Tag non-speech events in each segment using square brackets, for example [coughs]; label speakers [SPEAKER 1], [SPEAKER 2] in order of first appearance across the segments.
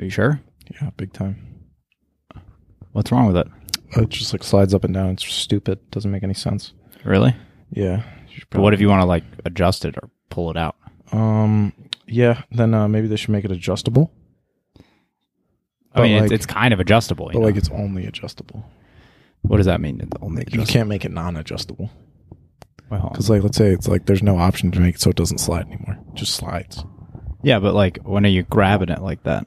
[SPEAKER 1] you sure?
[SPEAKER 2] Yeah, big time.
[SPEAKER 1] What's wrong with it?
[SPEAKER 2] It just like slides up and down. It's stupid. Doesn't make any sense.
[SPEAKER 1] Really?
[SPEAKER 2] Yeah. You should
[SPEAKER 1] But what if you want to like adjust it or pull it out?
[SPEAKER 2] Um. Yeah. Then uh, maybe they should make it adjustable.
[SPEAKER 1] I
[SPEAKER 2] But,
[SPEAKER 1] mean,
[SPEAKER 2] like-
[SPEAKER 1] it's, it's kind of adjustable. you
[SPEAKER 2] But
[SPEAKER 1] know?
[SPEAKER 2] like, it's only adjustable.
[SPEAKER 1] what does that mean? It's
[SPEAKER 2] You
[SPEAKER 1] only adjustable.
[SPEAKER 2] can't make it non-adjustable.
[SPEAKER 1] Well,
[SPEAKER 2] Because like, let's say it's like there's no option to make it so it doesn't slide anymore. It just slides.
[SPEAKER 1] yeah, but like when are you grabbing it like that?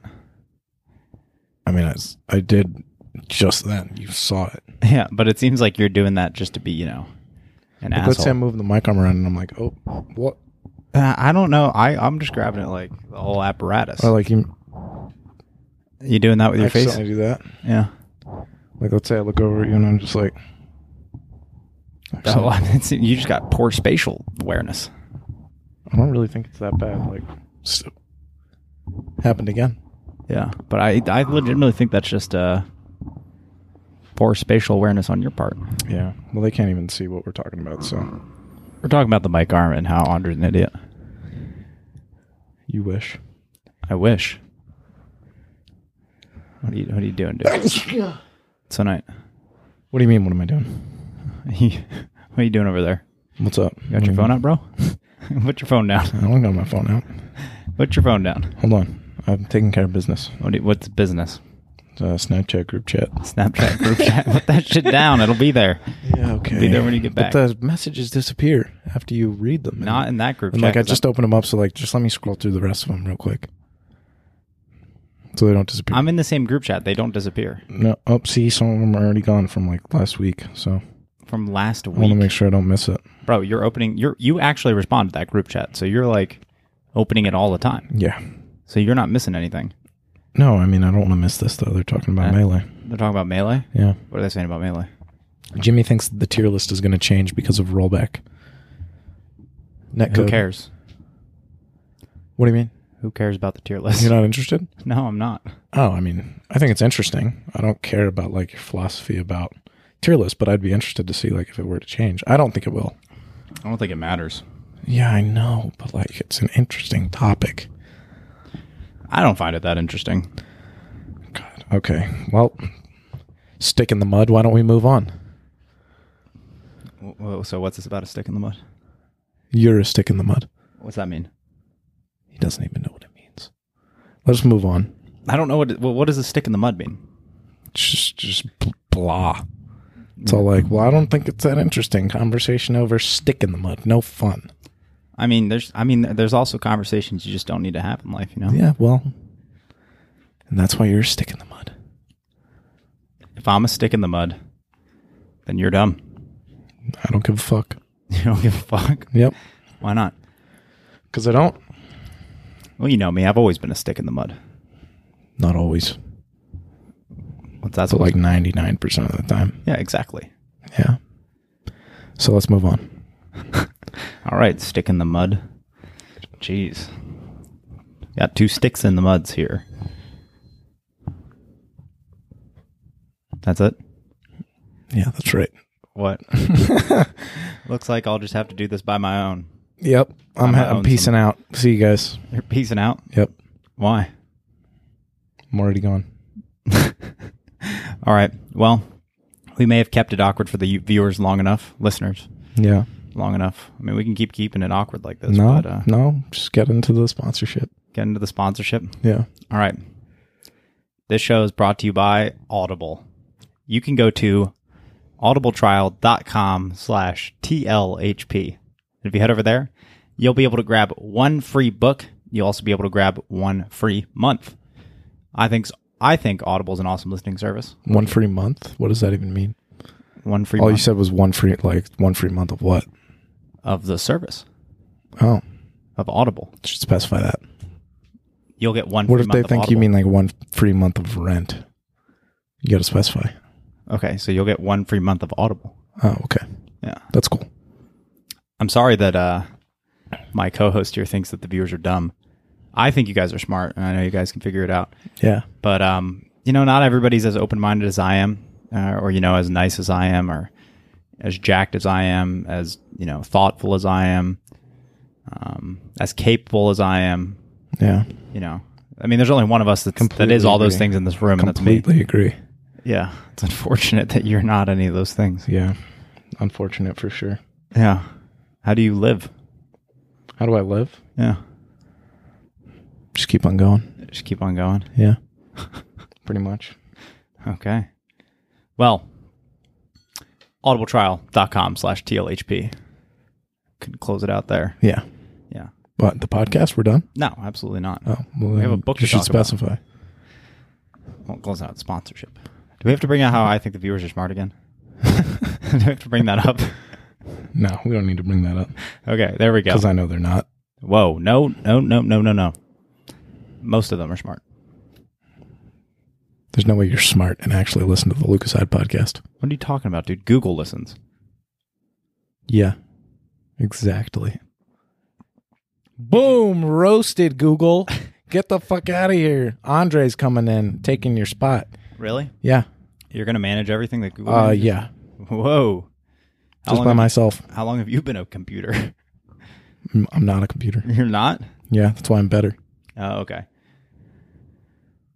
[SPEAKER 1] [laughs]
[SPEAKER 2] I mean, I, s- I did just then. You saw it.
[SPEAKER 1] Yeah, but it seems like you're doing that just to be, you know, an
[SPEAKER 2] Like,
[SPEAKER 1] asshole.
[SPEAKER 2] let's say I'm moving the mic arm around and I'm like, oh, what?
[SPEAKER 1] Uh, I don't know. I I'm just grabbing it like the whole apparatus.
[SPEAKER 2] Or like you
[SPEAKER 1] you doing that with your face?
[SPEAKER 2] accidentally do that. [laughs]
[SPEAKER 1] Yeah.
[SPEAKER 2] Like, let's say I look over at you and I'm just like,
[SPEAKER 1] Oh,
[SPEAKER 2] "Actually,
[SPEAKER 1] [laughs] it's- you just got poor spatial awareness.
[SPEAKER 2] I don't really think it's that bad. Like, s- happened again.
[SPEAKER 1] Yeah, but I I legitimately think that's just uh poor spatial awareness on your part.
[SPEAKER 2] Yeah. Well, they can't even see what we're talking about. So
[SPEAKER 1] We're talking about the Mike arm and how Andre's an idiot.
[SPEAKER 2] you wish.
[SPEAKER 1] I wish. What are you What are you
[SPEAKER 2] [laughs]
[SPEAKER 1] doing, dude? Tonight,
[SPEAKER 2] What do you mean? What am I doing?
[SPEAKER 1] what are [laughs] you doing over there?
[SPEAKER 2] What's up?
[SPEAKER 1] You got your phone out, bro? [laughs] Put your phone down.
[SPEAKER 2] [laughs] I don't got my phone out.
[SPEAKER 1] Put your phone down.
[SPEAKER 2] Hold on. I'm taking care of business.
[SPEAKER 1] What do you- what's business?
[SPEAKER 2] Uh, Snapchat group chat.
[SPEAKER 1] Snapchat group chat. Put that shit down. It'll be there.
[SPEAKER 2] Yeah, okay.
[SPEAKER 1] Be there when you get back.
[SPEAKER 2] But the messages disappear after you read them.
[SPEAKER 1] Not in that group
[SPEAKER 2] And
[SPEAKER 1] chat.
[SPEAKER 2] like I
[SPEAKER 1] 'cause
[SPEAKER 2] just opened them up, so like just let me scroll through the rest of them real quick, so they don't disappear.
[SPEAKER 1] I'm in the same group chat. They don't disappear
[SPEAKER 2] no, oh, see, some of them are already gone from like last week, so
[SPEAKER 1] from last
[SPEAKER 2] I want to
[SPEAKER 1] week.
[SPEAKER 2] make sure I don't miss it.
[SPEAKER 1] Bro, you're opening. You're you actually respond to that group chat, so you're like opening it all the time.
[SPEAKER 2] Yeah.
[SPEAKER 1] So you're not missing anything.
[SPEAKER 2] No, I mean I don't want to miss this though. They're talking about
[SPEAKER 1] Uh.
[SPEAKER 2] melee.
[SPEAKER 1] They're talking about melee.
[SPEAKER 2] Yeah.
[SPEAKER 1] What are they saying about melee?
[SPEAKER 2] Jimmy thinks the tier list is going to change because of rollback. Netcode.
[SPEAKER 1] Who cares?
[SPEAKER 2] What do
[SPEAKER 1] [laughs]
[SPEAKER 2] you mean?
[SPEAKER 1] Who cares about the tier list?
[SPEAKER 2] You're not interested?
[SPEAKER 1] [laughs] no, I'm not.
[SPEAKER 2] Oh, I mean, I think it's interesting. I don't care about like your philosophy about tier list, but I'd be interested to see like if it were to change. I don't think it will.
[SPEAKER 1] I don't think it matters.
[SPEAKER 2] Yeah, I know, but like it's an interesting topic.
[SPEAKER 1] I don't find it that interesting.
[SPEAKER 2] God. Okay. Well, stick in the mud. Why don't we move on?
[SPEAKER 1] W- w- So what's this about a stick in the mud?
[SPEAKER 2] You're a stick in the mud.
[SPEAKER 1] What's that mean?
[SPEAKER 2] He doesn't even know what it means. Let's move on.
[SPEAKER 1] I don't know what. Well, what does a stick in the mud mean?
[SPEAKER 2] Just, just bl- blah. It's all like, well, I don't think it's that interesting. Conversation over stick in the mud. No fun.
[SPEAKER 1] I mean, there's. I mean, there's also conversations you just don't need to have in life. You know.
[SPEAKER 2] Yeah. Well, and that's why you're a stick in the mud.
[SPEAKER 1] If I'm a stick in the mud, then you're dumb. [laughs]
[SPEAKER 2] I don't give a fuck.
[SPEAKER 1] You don't give a fuck.
[SPEAKER 2] Yep.
[SPEAKER 1] Why not?
[SPEAKER 2] Because I don't.
[SPEAKER 1] Well, you know me. I've always been a stick in the mud.
[SPEAKER 2] Not always,
[SPEAKER 1] What's that?
[SPEAKER 2] but like 99% of the time.
[SPEAKER 1] yeah, exactly.
[SPEAKER 2] Yeah. So let's move on.
[SPEAKER 1] All right, stick in the mud. Jeez, got two sticks in the muds here. That's it.
[SPEAKER 2] Yeah, that's right.
[SPEAKER 1] What? Looks like I'll just have to do this by my own.
[SPEAKER 2] Yep. I'm,
[SPEAKER 1] I'm
[SPEAKER 2] ha- I'm
[SPEAKER 1] own
[SPEAKER 2] peacing out. See you guys.
[SPEAKER 1] You're peacing out.
[SPEAKER 2] Yep.
[SPEAKER 1] Why?
[SPEAKER 2] I'm already gone.
[SPEAKER 1] All right. Well, we may have kept it awkward for the u- viewers long enough, listeners
[SPEAKER 2] Yeah.
[SPEAKER 1] long enough. I mean, we can keep keeping it awkward like this.
[SPEAKER 2] No,
[SPEAKER 1] But, uh,
[SPEAKER 2] no. Just get into the sponsorship.
[SPEAKER 1] get into the sponsorship.
[SPEAKER 2] Yeah.
[SPEAKER 1] All right. This show is brought to you by Audible. You can go to audibletrial.com slash TLHP. If you head over there, you'll be able to grab one free book. You'll also be able to grab one free month. I think I think Audible is an awesome listening service.
[SPEAKER 2] One free month. What does that even mean?
[SPEAKER 1] One free
[SPEAKER 2] All Oh, you
[SPEAKER 1] month
[SPEAKER 2] said was one free, like one free month of what?
[SPEAKER 1] of the service
[SPEAKER 2] Oh,
[SPEAKER 1] of Audible.
[SPEAKER 2] should specify that.
[SPEAKER 1] You'll get one.
[SPEAKER 2] What
[SPEAKER 1] free
[SPEAKER 2] if
[SPEAKER 1] month
[SPEAKER 2] they
[SPEAKER 1] of
[SPEAKER 2] think you
[SPEAKER 1] Audible.
[SPEAKER 2] mean like one free month of rent? You got to specify.
[SPEAKER 1] Okay, so you'll get one free month of Audible.
[SPEAKER 2] Oh, okay.
[SPEAKER 1] Yeah.
[SPEAKER 2] That's cool.
[SPEAKER 1] I'm sorry that uh, my co-host here thinks that the viewers are dumb. I think you guys are smart, and I know you guys can figure it out.
[SPEAKER 2] Yeah.
[SPEAKER 1] But um, you know, not everybody's as open-minded as I am, uh, or you know, as nice as I am, or as jacked as I am, as you know, thoughtful as I am, um, as capable as I am.
[SPEAKER 2] Yeah.
[SPEAKER 1] You know, I mean, there's only one of us that's, that
[SPEAKER 2] Completely
[SPEAKER 1] is all those
[SPEAKER 2] agree.
[SPEAKER 1] things in this room, and that's me.
[SPEAKER 2] Completely agree.
[SPEAKER 1] Yeah, it's unfortunate that you're not any of those things.
[SPEAKER 2] Yeah. Unfortunate for sure.
[SPEAKER 1] Yeah. How do you live?
[SPEAKER 2] How do I live?
[SPEAKER 1] Yeah.
[SPEAKER 2] Just keep on going.
[SPEAKER 1] Just keep on going.
[SPEAKER 2] Yeah. [laughs] Pretty much.
[SPEAKER 1] Okay. Well, audibletrial.com slash TLHP. Could close it out there.
[SPEAKER 2] Yeah.
[SPEAKER 1] Yeah.
[SPEAKER 2] But the podcast, we're done.
[SPEAKER 1] No, absolutely not.
[SPEAKER 2] Oh, well,
[SPEAKER 1] have a book
[SPEAKER 2] You
[SPEAKER 1] to
[SPEAKER 2] should
[SPEAKER 1] talk about.
[SPEAKER 2] specify.
[SPEAKER 1] Won't close out sponsorship. Do we have to bring out how I think the viewers are smart again? [laughs] Do we have to bring that up?
[SPEAKER 2] No, we don't need to bring that up
[SPEAKER 1] Okay, there we go.
[SPEAKER 2] because I know they're not.
[SPEAKER 1] Whoa, no, no, no, no, no, no. Most of them are smart.
[SPEAKER 2] There's no way you're smart and actually listen to the Lucaside podcast.
[SPEAKER 1] What are you talking about, dude? Google listens.
[SPEAKER 2] Yeah, exactly. Boom, roasted Google. Get the fuck out of here. Andre's coming in, taking your spot.
[SPEAKER 1] Really?
[SPEAKER 2] Yeah.
[SPEAKER 1] You're going to manage everything that Google
[SPEAKER 2] Uh,
[SPEAKER 1] manages?
[SPEAKER 2] yeah.
[SPEAKER 1] Whoa. How
[SPEAKER 2] Just
[SPEAKER 1] long
[SPEAKER 2] by
[SPEAKER 1] have-
[SPEAKER 2] myself.
[SPEAKER 1] How long have you been a computer? [laughs]
[SPEAKER 2] Mm, I'm not a computer.
[SPEAKER 1] You're not?
[SPEAKER 2] Yeah, that's why I'm better.
[SPEAKER 1] Oh, okay.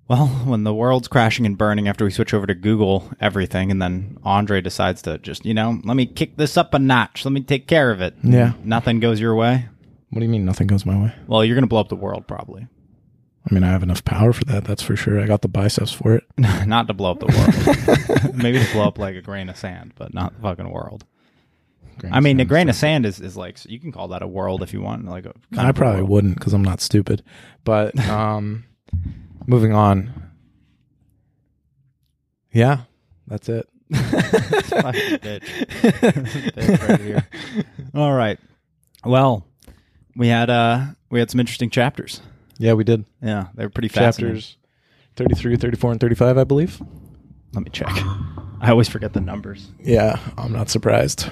[SPEAKER 1] Well, when the world's crashing and burning after we switch over to Google everything, and then Andre decides to just, you know, let me kick this up a notch. Let me take care of it.
[SPEAKER 2] Yeah.
[SPEAKER 1] Nothing goes your way.
[SPEAKER 2] What do you mean nothing goes my way?
[SPEAKER 1] Well, you're going to blow up the world, probably. [laughs]
[SPEAKER 2] I mean, I have enough power for that. That's for sure. I got the biceps for it.
[SPEAKER 1] not to blow up the
[SPEAKER 2] [laughs]
[SPEAKER 1] world. [laughs] Maybe to blow up like a grain of sand, but not the fucking world. I mean, a grain of sand is, is like, you can call that a world if you want. Like a, kind
[SPEAKER 2] I
[SPEAKER 1] of a
[SPEAKER 2] probably
[SPEAKER 1] world.
[SPEAKER 2] wouldn't because I'm not stupid. But [laughs] um, moving on. Yeah, that's [laughs] it.
[SPEAKER 1] Fucking bitch. Bitch
[SPEAKER 2] [laughs]
[SPEAKER 1] right here. All right. Well, we had uh we had some interesting chapters.
[SPEAKER 2] Yeah, we did
[SPEAKER 1] Yeah, they were pretty fascinating.
[SPEAKER 2] chapters 33, 34, and 35, I believe.
[SPEAKER 1] Let me check. [laughs] I always forget the numbers.
[SPEAKER 2] Yeah, I'm not surprised.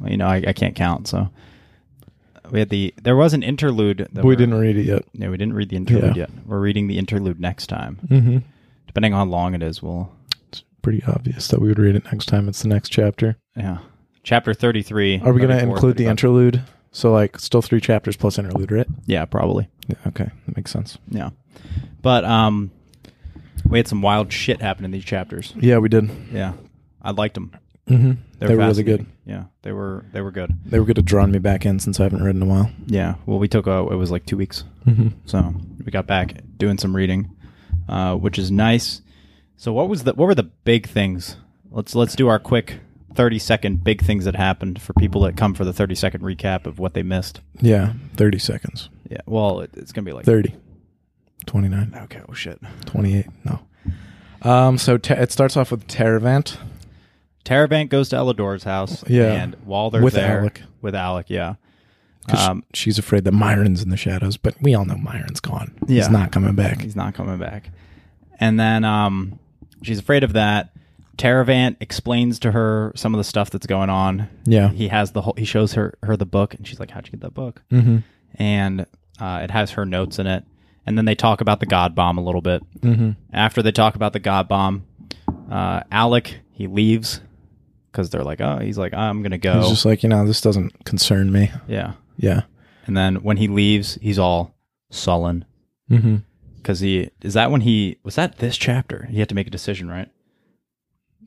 [SPEAKER 1] Well, you know, I, I can't count. So we had the there was an interlude. That
[SPEAKER 2] But we
[SPEAKER 1] we're-
[SPEAKER 2] didn't read it yet.
[SPEAKER 1] No, we didn't read the interlude
[SPEAKER 2] Yeah.
[SPEAKER 1] yet. We're reading the interlude next time.
[SPEAKER 2] Mm-hmm.
[SPEAKER 1] Depending on how long it is, we'll
[SPEAKER 2] It's pretty obvious that we would read it next time. It's the next chapter.
[SPEAKER 1] yeah. Chapter thirty three.
[SPEAKER 2] Are we going to include the interlude? So, like, still three chapters plus interlude, right?
[SPEAKER 1] Yeah, probably.
[SPEAKER 2] Yeah, okay, that makes sense.
[SPEAKER 1] Yeah, but um, we had some wild shit happen in these chapters.
[SPEAKER 2] Yeah, we did.
[SPEAKER 1] Yeah, I liked them.
[SPEAKER 2] Mm-hmm. They,
[SPEAKER 1] They're
[SPEAKER 2] were really good.
[SPEAKER 1] Yeah, they were they were good.
[SPEAKER 2] They were good at drawing me back in since I haven't read in a while.
[SPEAKER 1] Yeah. Well, we took a, it was like two weeks,
[SPEAKER 2] Mm-hmm.
[SPEAKER 1] so we got back doing some reading, uh, which is nice. So what was the what were the big things? Let's let's do our quick thirty second big things that happened for people that come for the thirty second recap of what they missed.
[SPEAKER 2] Yeah, 30 seconds.
[SPEAKER 1] Yeah. Well, it, it's gonna be like
[SPEAKER 2] 30. 29.
[SPEAKER 1] okay. Oh shit.
[SPEAKER 2] 28. No. Um, so te- it starts off with Teravant.
[SPEAKER 1] Taravant goes to Elidor's house.
[SPEAKER 2] Yeah.
[SPEAKER 1] And while they're
[SPEAKER 2] With
[SPEAKER 1] there,
[SPEAKER 2] Alec.
[SPEAKER 1] with Alec, yeah.
[SPEAKER 2] 'cause sh-
[SPEAKER 1] Um,
[SPEAKER 2] she's afraid that Myron's in the shadows, but we all know Myron's gone.
[SPEAKER 1] Yeah.
[SPEAKER 2] He's not coming back.
[SPEAKER 1] He's not coming back. And then um, she's afraid of that. Taravant explains to her some of the stuff that's going on.
[SPEAKER 2] Yeah.
[SPEAKER 1] He has the whole. He shows her her the book, and she's like, "How'd you get that book?"
[SPEAKER 2] Mm-hmm.
[SPEAKER 1] And uh, it has her notes in it. And then they talk about the God bomb a little bit.
[SPEAKER 2] Mm-hmm.
[SPEAKER 1] After they talk about the God bomb, uh, Alec he leaves because they're like, "Oh, he's like, I'm gonna go."
[SPEAKER 2] He's just like, you know, this doesn't concern me.
[SPEAKER 1] yeah.
[SPEAKER 2] Yeah.
[SPEAKER 1] And then when he leaves, he's all sullen
[SPEAKER 2] Mm-hmm.
[SPEAKER 1] because he is that when he was that this chapter he had to make a decision, right?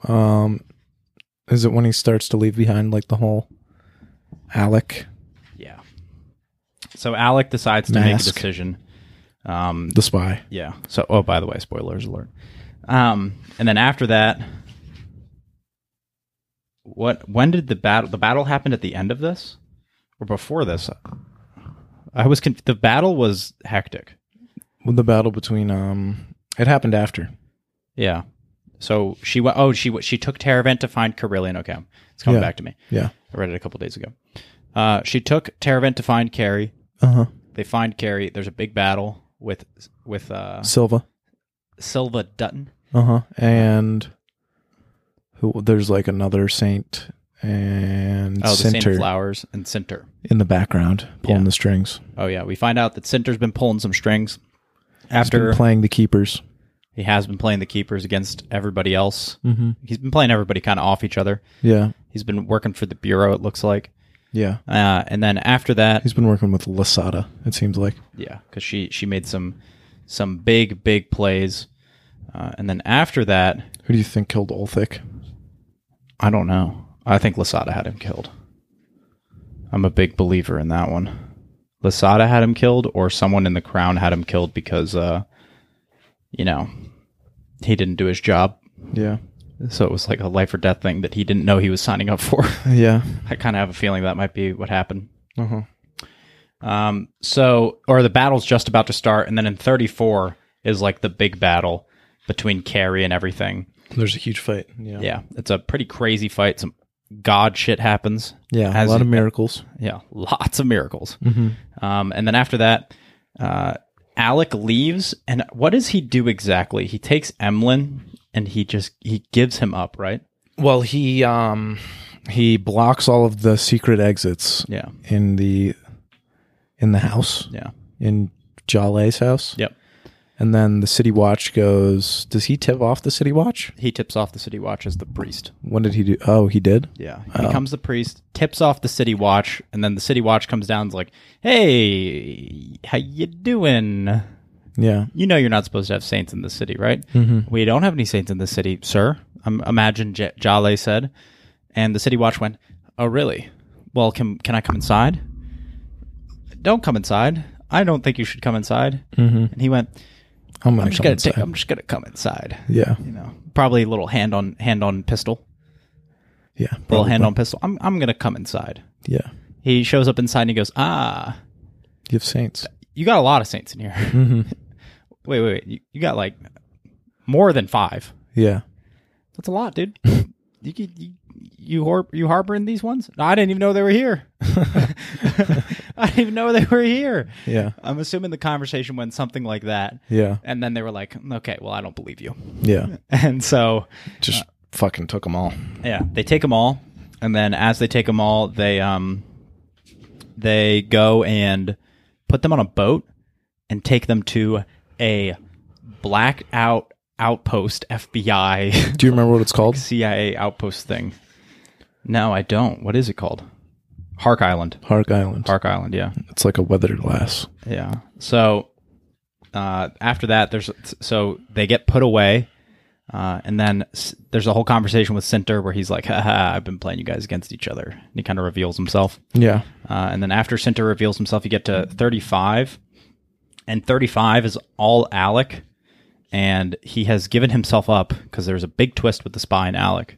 [SPEAKER 2] Um, is it when he starts to leave behind like the whole Alec,
[SPEAKER 1] Yeah. So Alec decides to make a
[SPEAKER 2] Mask.
[SPEAKER 1] decision. Um,
[SPEAKER 2] the spy?
[SPEAKER 1] yeah. So, oh, by the way, spoilers alert. Um, and then after that, what? When did the battle? The battle happened at the end of this, or before this? I was conf- the battle was hectic.
[SPEAKER 2] With the battle between um, it happened after.
[SPEAKER 1] Yeah. So she went. Oh, she wa- she took Taravent to find Carillion. Okay, it's coming
[SPEAKER 2] Yeah.
[SPEAKER 1] back to me.
[SPEAKER 2] Yeah.
[SPEAKER 1] I read it a couple days ago. Uh, she took Taravent to find Carrie.
[SPEAKER 2] Uh huh.
[SPEAKER 1] They find Carrie. There's a big battle with with uh,
[SPEAKER 2] Silva.
[SPEAKER 1] Silva Dutton.
[SPEAKER 2] Uh huh. And who? There's like another saint and
[SPEAKER 1] Oh, the Saint
[SPEAKER 2] Sinter
[SPEAKER 1] of Flowers and Sinter.
[SPEAKER 2] in the background pulling
[SPEAKER 1] Yeah.
[SPEAKER 2] the strings.
[SPEAKER 1] Oh yeah, we find out that Sinter's been pulling some strings.
[SPEAKER 2] He's been
[SPEAKER 1] After
[SPEAKER 2] playing the keepers.
[SPEAKER 1] he has been playing the keepers against everybody else.
[SPEAKER 2] Mm-hmm.
[SPEAKER 1] He's been playing everybody kind of off each other.
[SPEAKER 2] Yeah.
[SPEAKER 1] He's been working for the bureau. It looks like.
[SPEAKER 2] Yeah.
[SPEAKER 1] Uh, and then after that,
[SPEAKER 2] He's been working with Lasada. It seems like.
[SPEAKER 1] yeah, because she she made some some big, big plays. Uh, and then after that,
[SPEAKER 2] Who do you think killed Olthic?
[SPEAKER 1] I don't know. I think Lasada had him killed. I'm a big believer in that one. Lasada had him killed, or someone in the crown had him killed because, uh, you know, he didn't do his job.
[SPEAKER 2] Yeah.
[SPEAKER 1] So it was like a life or death thing that he didn't know he was signing up [laughs] for.
[SPEAKER 2] Yeah.
[SPEAKER 1] I kind of have a feeling that might be what happened.
[SPEAKER 2] Uh huh.
[SPEAKER 1] Um, so, or the battle's just about to start, and then in 34 is like the big battle between Carrie and everything.
[SPEAKER 2] There's a huge fight. Yeah.
[SPEAKER 1] Yeah, it's a pretty crazy fight. Some god shit happens.
[SPEAKER 2] Yeah.
[SPEAKER 1] As
[SPEAKER 2] A lot
[SPEAKER 1] you-
[SPEAKER 2] of miracles.
[SPEAKER 1] Yeah, lots of miracles. Um, and then after that, uh, Alec leaves, and what does he do exactly? He takes Emlyn and he just he gives him up, right?
[SPEAKER 2] Well, he um he blocks all of the secret exits
[SPEAKER 1] Yeah,
[SPEAKER 2] in the in the house
[SPEAKER 1] yeah,
[SPEAKER 2] in Jale's house.
[SPEAKER 1] yep.
[SPEAKER 2] And then the city watch goes. Does he tip off the city watch?
[SPEAKER 1] He tips off the city watch as the priest.
[SPEAKER 2] When did he do? Oh, he did.
[SPEAKER 1] Yeah, he becomes the priest, tips off the city watch, and then the city watch comes down and is like, "Hey, how you doing?
[SPEAKER 2] Yeah.
[SPEAKER 1] You know you're not supposed to have saints in the city, right?
[SPEAKER 2] Mm-hmm.
[SPEAKER 1] We don't have any saints in the city, sir." Um, imagine J- Jale said, and the city watch went, "Oh, really? Well, can can I come inside? Don't come inside. I don't think you should come inside." Mm-hmm. And he went,
[SPEAKER 2] I'm gonna
[SPEAKER 1] "I'm just
[SPEAKER 2] come
[SPEAKER 1] gonna
[SPEAKER 2] inside.
[SPEAKER 1] take. I'm just gonna come inside.
[SPEAKER 2] Yeah.
[SPEAKER 1] You know, probably a little hand on hand on pistol,
[SPEAKER 2] Yeah.
[SPEAKER 1] little
[SPEAKER 2] probably.
[SPEAKER 1] hand on pistol. I'm I'm gonna come inside."
[SPEAKER 2] Yeah.
[SPEAKER 1] he shows up inside and he goes, Ah,
[SPEAKER 2] You have saints.
[SPEAKER 1] you got a lot of saints in here.
[SPEAKER 2] Mm-hmm.
[SPEAKER 1] [laughs] wait, wait, wait. You, you got like more than five.
[SPEAKER 2] Yeah.
[SPEAKER 1] That's a lot, dude. you, could- you, you, har- you harboring these ones? No, I didn't even know they were here. [laughs] I didn't even know they were here.
[SPEAKER 2] Yeah.
[SPEAKER 1] I'm assuming the conversation went something like that.
[SPEAKER 2] Yeah.
[SPEAKER 1] And then they were like, okay, well, I don't believe you. [laughs]
[SPEAKER 2] Yeah.
[SPEAKER 1] And so
[SPEAKER 2] Just
[SPEAKER 1] Uh,
[SPEAKER 2] fucking took them all.
[SPEAKER 1] Yeah, they take them all, and then as they take them all, they um, they go and put them on a boat and take them to a blackout outpost [laughs] FBI
[SPEAKER 2] Do you remember what it's called?
[SPEAKER 1] CIA outpost thing. No, I don't. What is it called? Hark Island.
[SPEAKER 2] Park Island.
[SPEAKER 1] Hark Island. Yeah,
[SPEAKER 2] It's like a weathered glass.
[SPEAKER 1] yeah. So uh, after that, there's so they get put away. Uh, and then s- there's a whole conversation with Center where he's like, haha, I've been playing you guys against each other. And he kind of reveals himself.
[SPEAKER 2] Yeah.
[SPEAKER 1] Uh, and then after Center reveals himself, you get to 35. And 35 is all Alec. And he has given himself up because there's a big twist with the spy and Alec.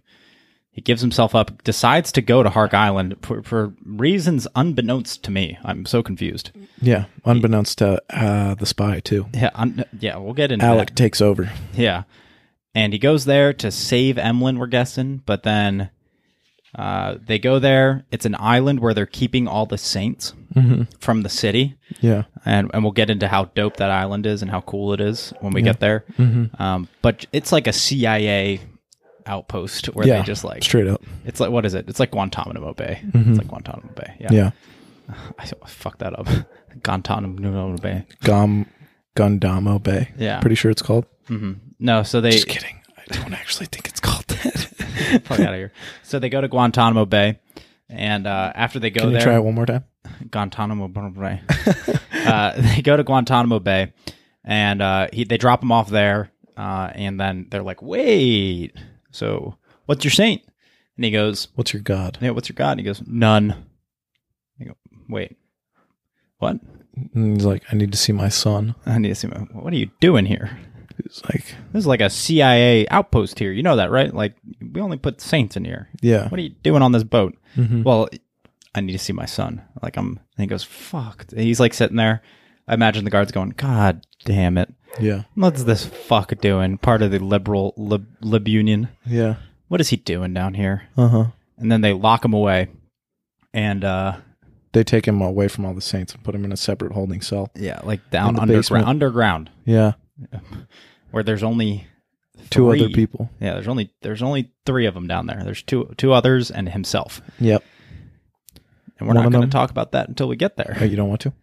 [SPEAKER 1] He gives himself up, decides to go to Hark Island for, for reasons unbeknownst to me. I'm so confused.
[SPEAKER 2] Yeah. Unbeknownst to uh, the spy too.
[SPEAKER 1] Yeah, un- yeah, we'll get into
[SPEAKER 2] Alec takes over.
[SPEAKER 1] that. Yeah, and he goes there to save Emlyn. We're guessing, but then uh, they go there. It's an island where they're keeping all the saints from the city.
[SPEAKER 2] Yeah.
[SPEAKER 1] and and we'll get into how dope that island is and how cool it is when we get there.
[SPEAKER 2] Mm-hmm.
[SPEAKER 1] Um, but it's like a CIA outpost where
[SPEAKER 2] Yeah.
[SPEAKER 1] they just like
[SPEAKER 2] straight up.
[SPEAKER 1] it's like what is it? It's like Guantanamo Bay. It's like Guantanamo Bay. Yeah,
[SPEAKER 2] Mm-hmm. Yeah.
[SPEAKER 1] I [laughs] s- I fucked that up. Guantanamo Bay.
[SPEAKER 2] Gum Gundamo Bay.
[SPEAKER 1] Yeah.
[SPEAKER 2] Pretty sure it's called.
[SPEAKER 1] No, so they
[SPEAKER 2] Just kidding. I don't actually think it's called that.
[SPEAKER 1] Oh,
[SPEAKER 2] [laughs]
[SPEAKER 1] fuck out of here. So they go to Guantanamo Bay, and uh, after they go
[SPEAKER 2] Can you
[SPEAKER 1] there,
[SPEAKER 2] try it one more time?
[SPEAKER 1] Guantanamo Bay. [laughs] uh, they go to Guantanamo Bay, and uh, he, they drop him off there. Uh, and then they're like, "Wait, so what's your saint?" And he goes,
[SPEAKER 2] What's your god?
[SPEAKER 1] "Yeah, what's your god?" And he goes, "None." I go, "Wait, what?
[SPEAKER 2] And he's like, I need to see my son.
[SPEAKER 1] I need to see. My, what are you doing here?
[SPEAKER 2] He's like,
[SPEAKER 1] This is like a CIA outpost here. You know that, right? Like we only put saints in here.
[SPEAKER 2] Yeah.
[SPEAKER 1] What are you doing on this boat?
[SPEAKER 2] Mm-hmm.
[SPEAKER 1] Well, I need to see my son. Like I'm. And he goes, "Fuck." He's like sitting there. I imagine the guards going, "God damn it!
[SPEAKER 2] Yeah.
[SPEAKER 1] What's this fuck doing? Part of the liberal lib, lib union.
[SPEAKER 2] Yeah.
[SPEAKER 1] What is he doing down here?"
[SPEAKER 2] Uh huh.
[SPEAKER 1] And then they lock him away. And uh,
[SPEAKER 2] They take him away from all the saints and put him in a separate holding cell.
[SPEAKER 1] yeah, like down
[SPEAKER 2] the
[SPEAKER 1] underground,
[SPEAKER 2] basement.
[SPEAKER 1] underground,
[SPEAKER 2] Yeah.
[SPEAKER 1] where there's only
[SPEAKER 2] Two other
[SPEAKER 1] three-
[SPEAKER 2] people.
[SPEAKER 1] Yeah, there's only there's only three of them down there. There's two two others and himself.
[SPEAKER 2] Yep.
[SPEAKER 1] And we're
[SPEAKER 2] One
[SPEAKER 1] not
[SPEAKER 2] of
[SPEAKER 1] going
[SPEAKER 2] them-
[SPEAKER 1] to talk about that until we get
[SPEAKER 2] Oh,
[SPEAKER 1] there.
[SPEAKER 2] you don't want to?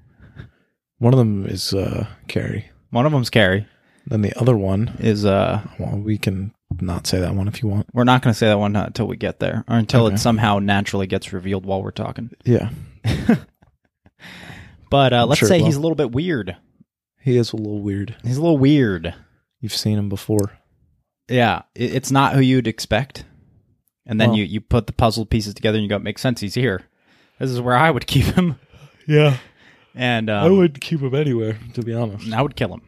[SPEAKER 2] One of them is uh Carrie.
[SPEAKER 1] One of them's Carrie.
[SPEAKER 2] Then the other one,
[SPEAKER 1] Is uh,
[SPEAKER 2] well, we can not say that one if you want.
[SPEAKER 1] we're not going to say that one uh, until we get there, or until it somehow naturally gets revealed while we're talking.
[SPEAKER 2] Yeah.
[SPEAKER 1] But uh, let's
[SPEAKER 2] sure it
[SPEAKER 1] say
[SPEAKER 2] will.
[SPEAKER 1] he's a little bit weird.
[SPEAKER 2] He is a little weird.
[SPEAKER 1] He's a little weird.
[SPEAKER 2] You've seen him before.
[SPEAKER 1] Yeah, it, it's not who you'd expect. And then
[SPEAKER 2] Well-
[SPEAKER 1] you, you put the puzzle pieces together and you go, it makes sense. He's here. This is where I would [laughs] keep him.
[SPEAKER 2] Yeah,
[SPEAKER 1] And um,
[SPEAKER 2] I would keep him anywhere, to be honest.
[SPEAKER 1] I would kill him.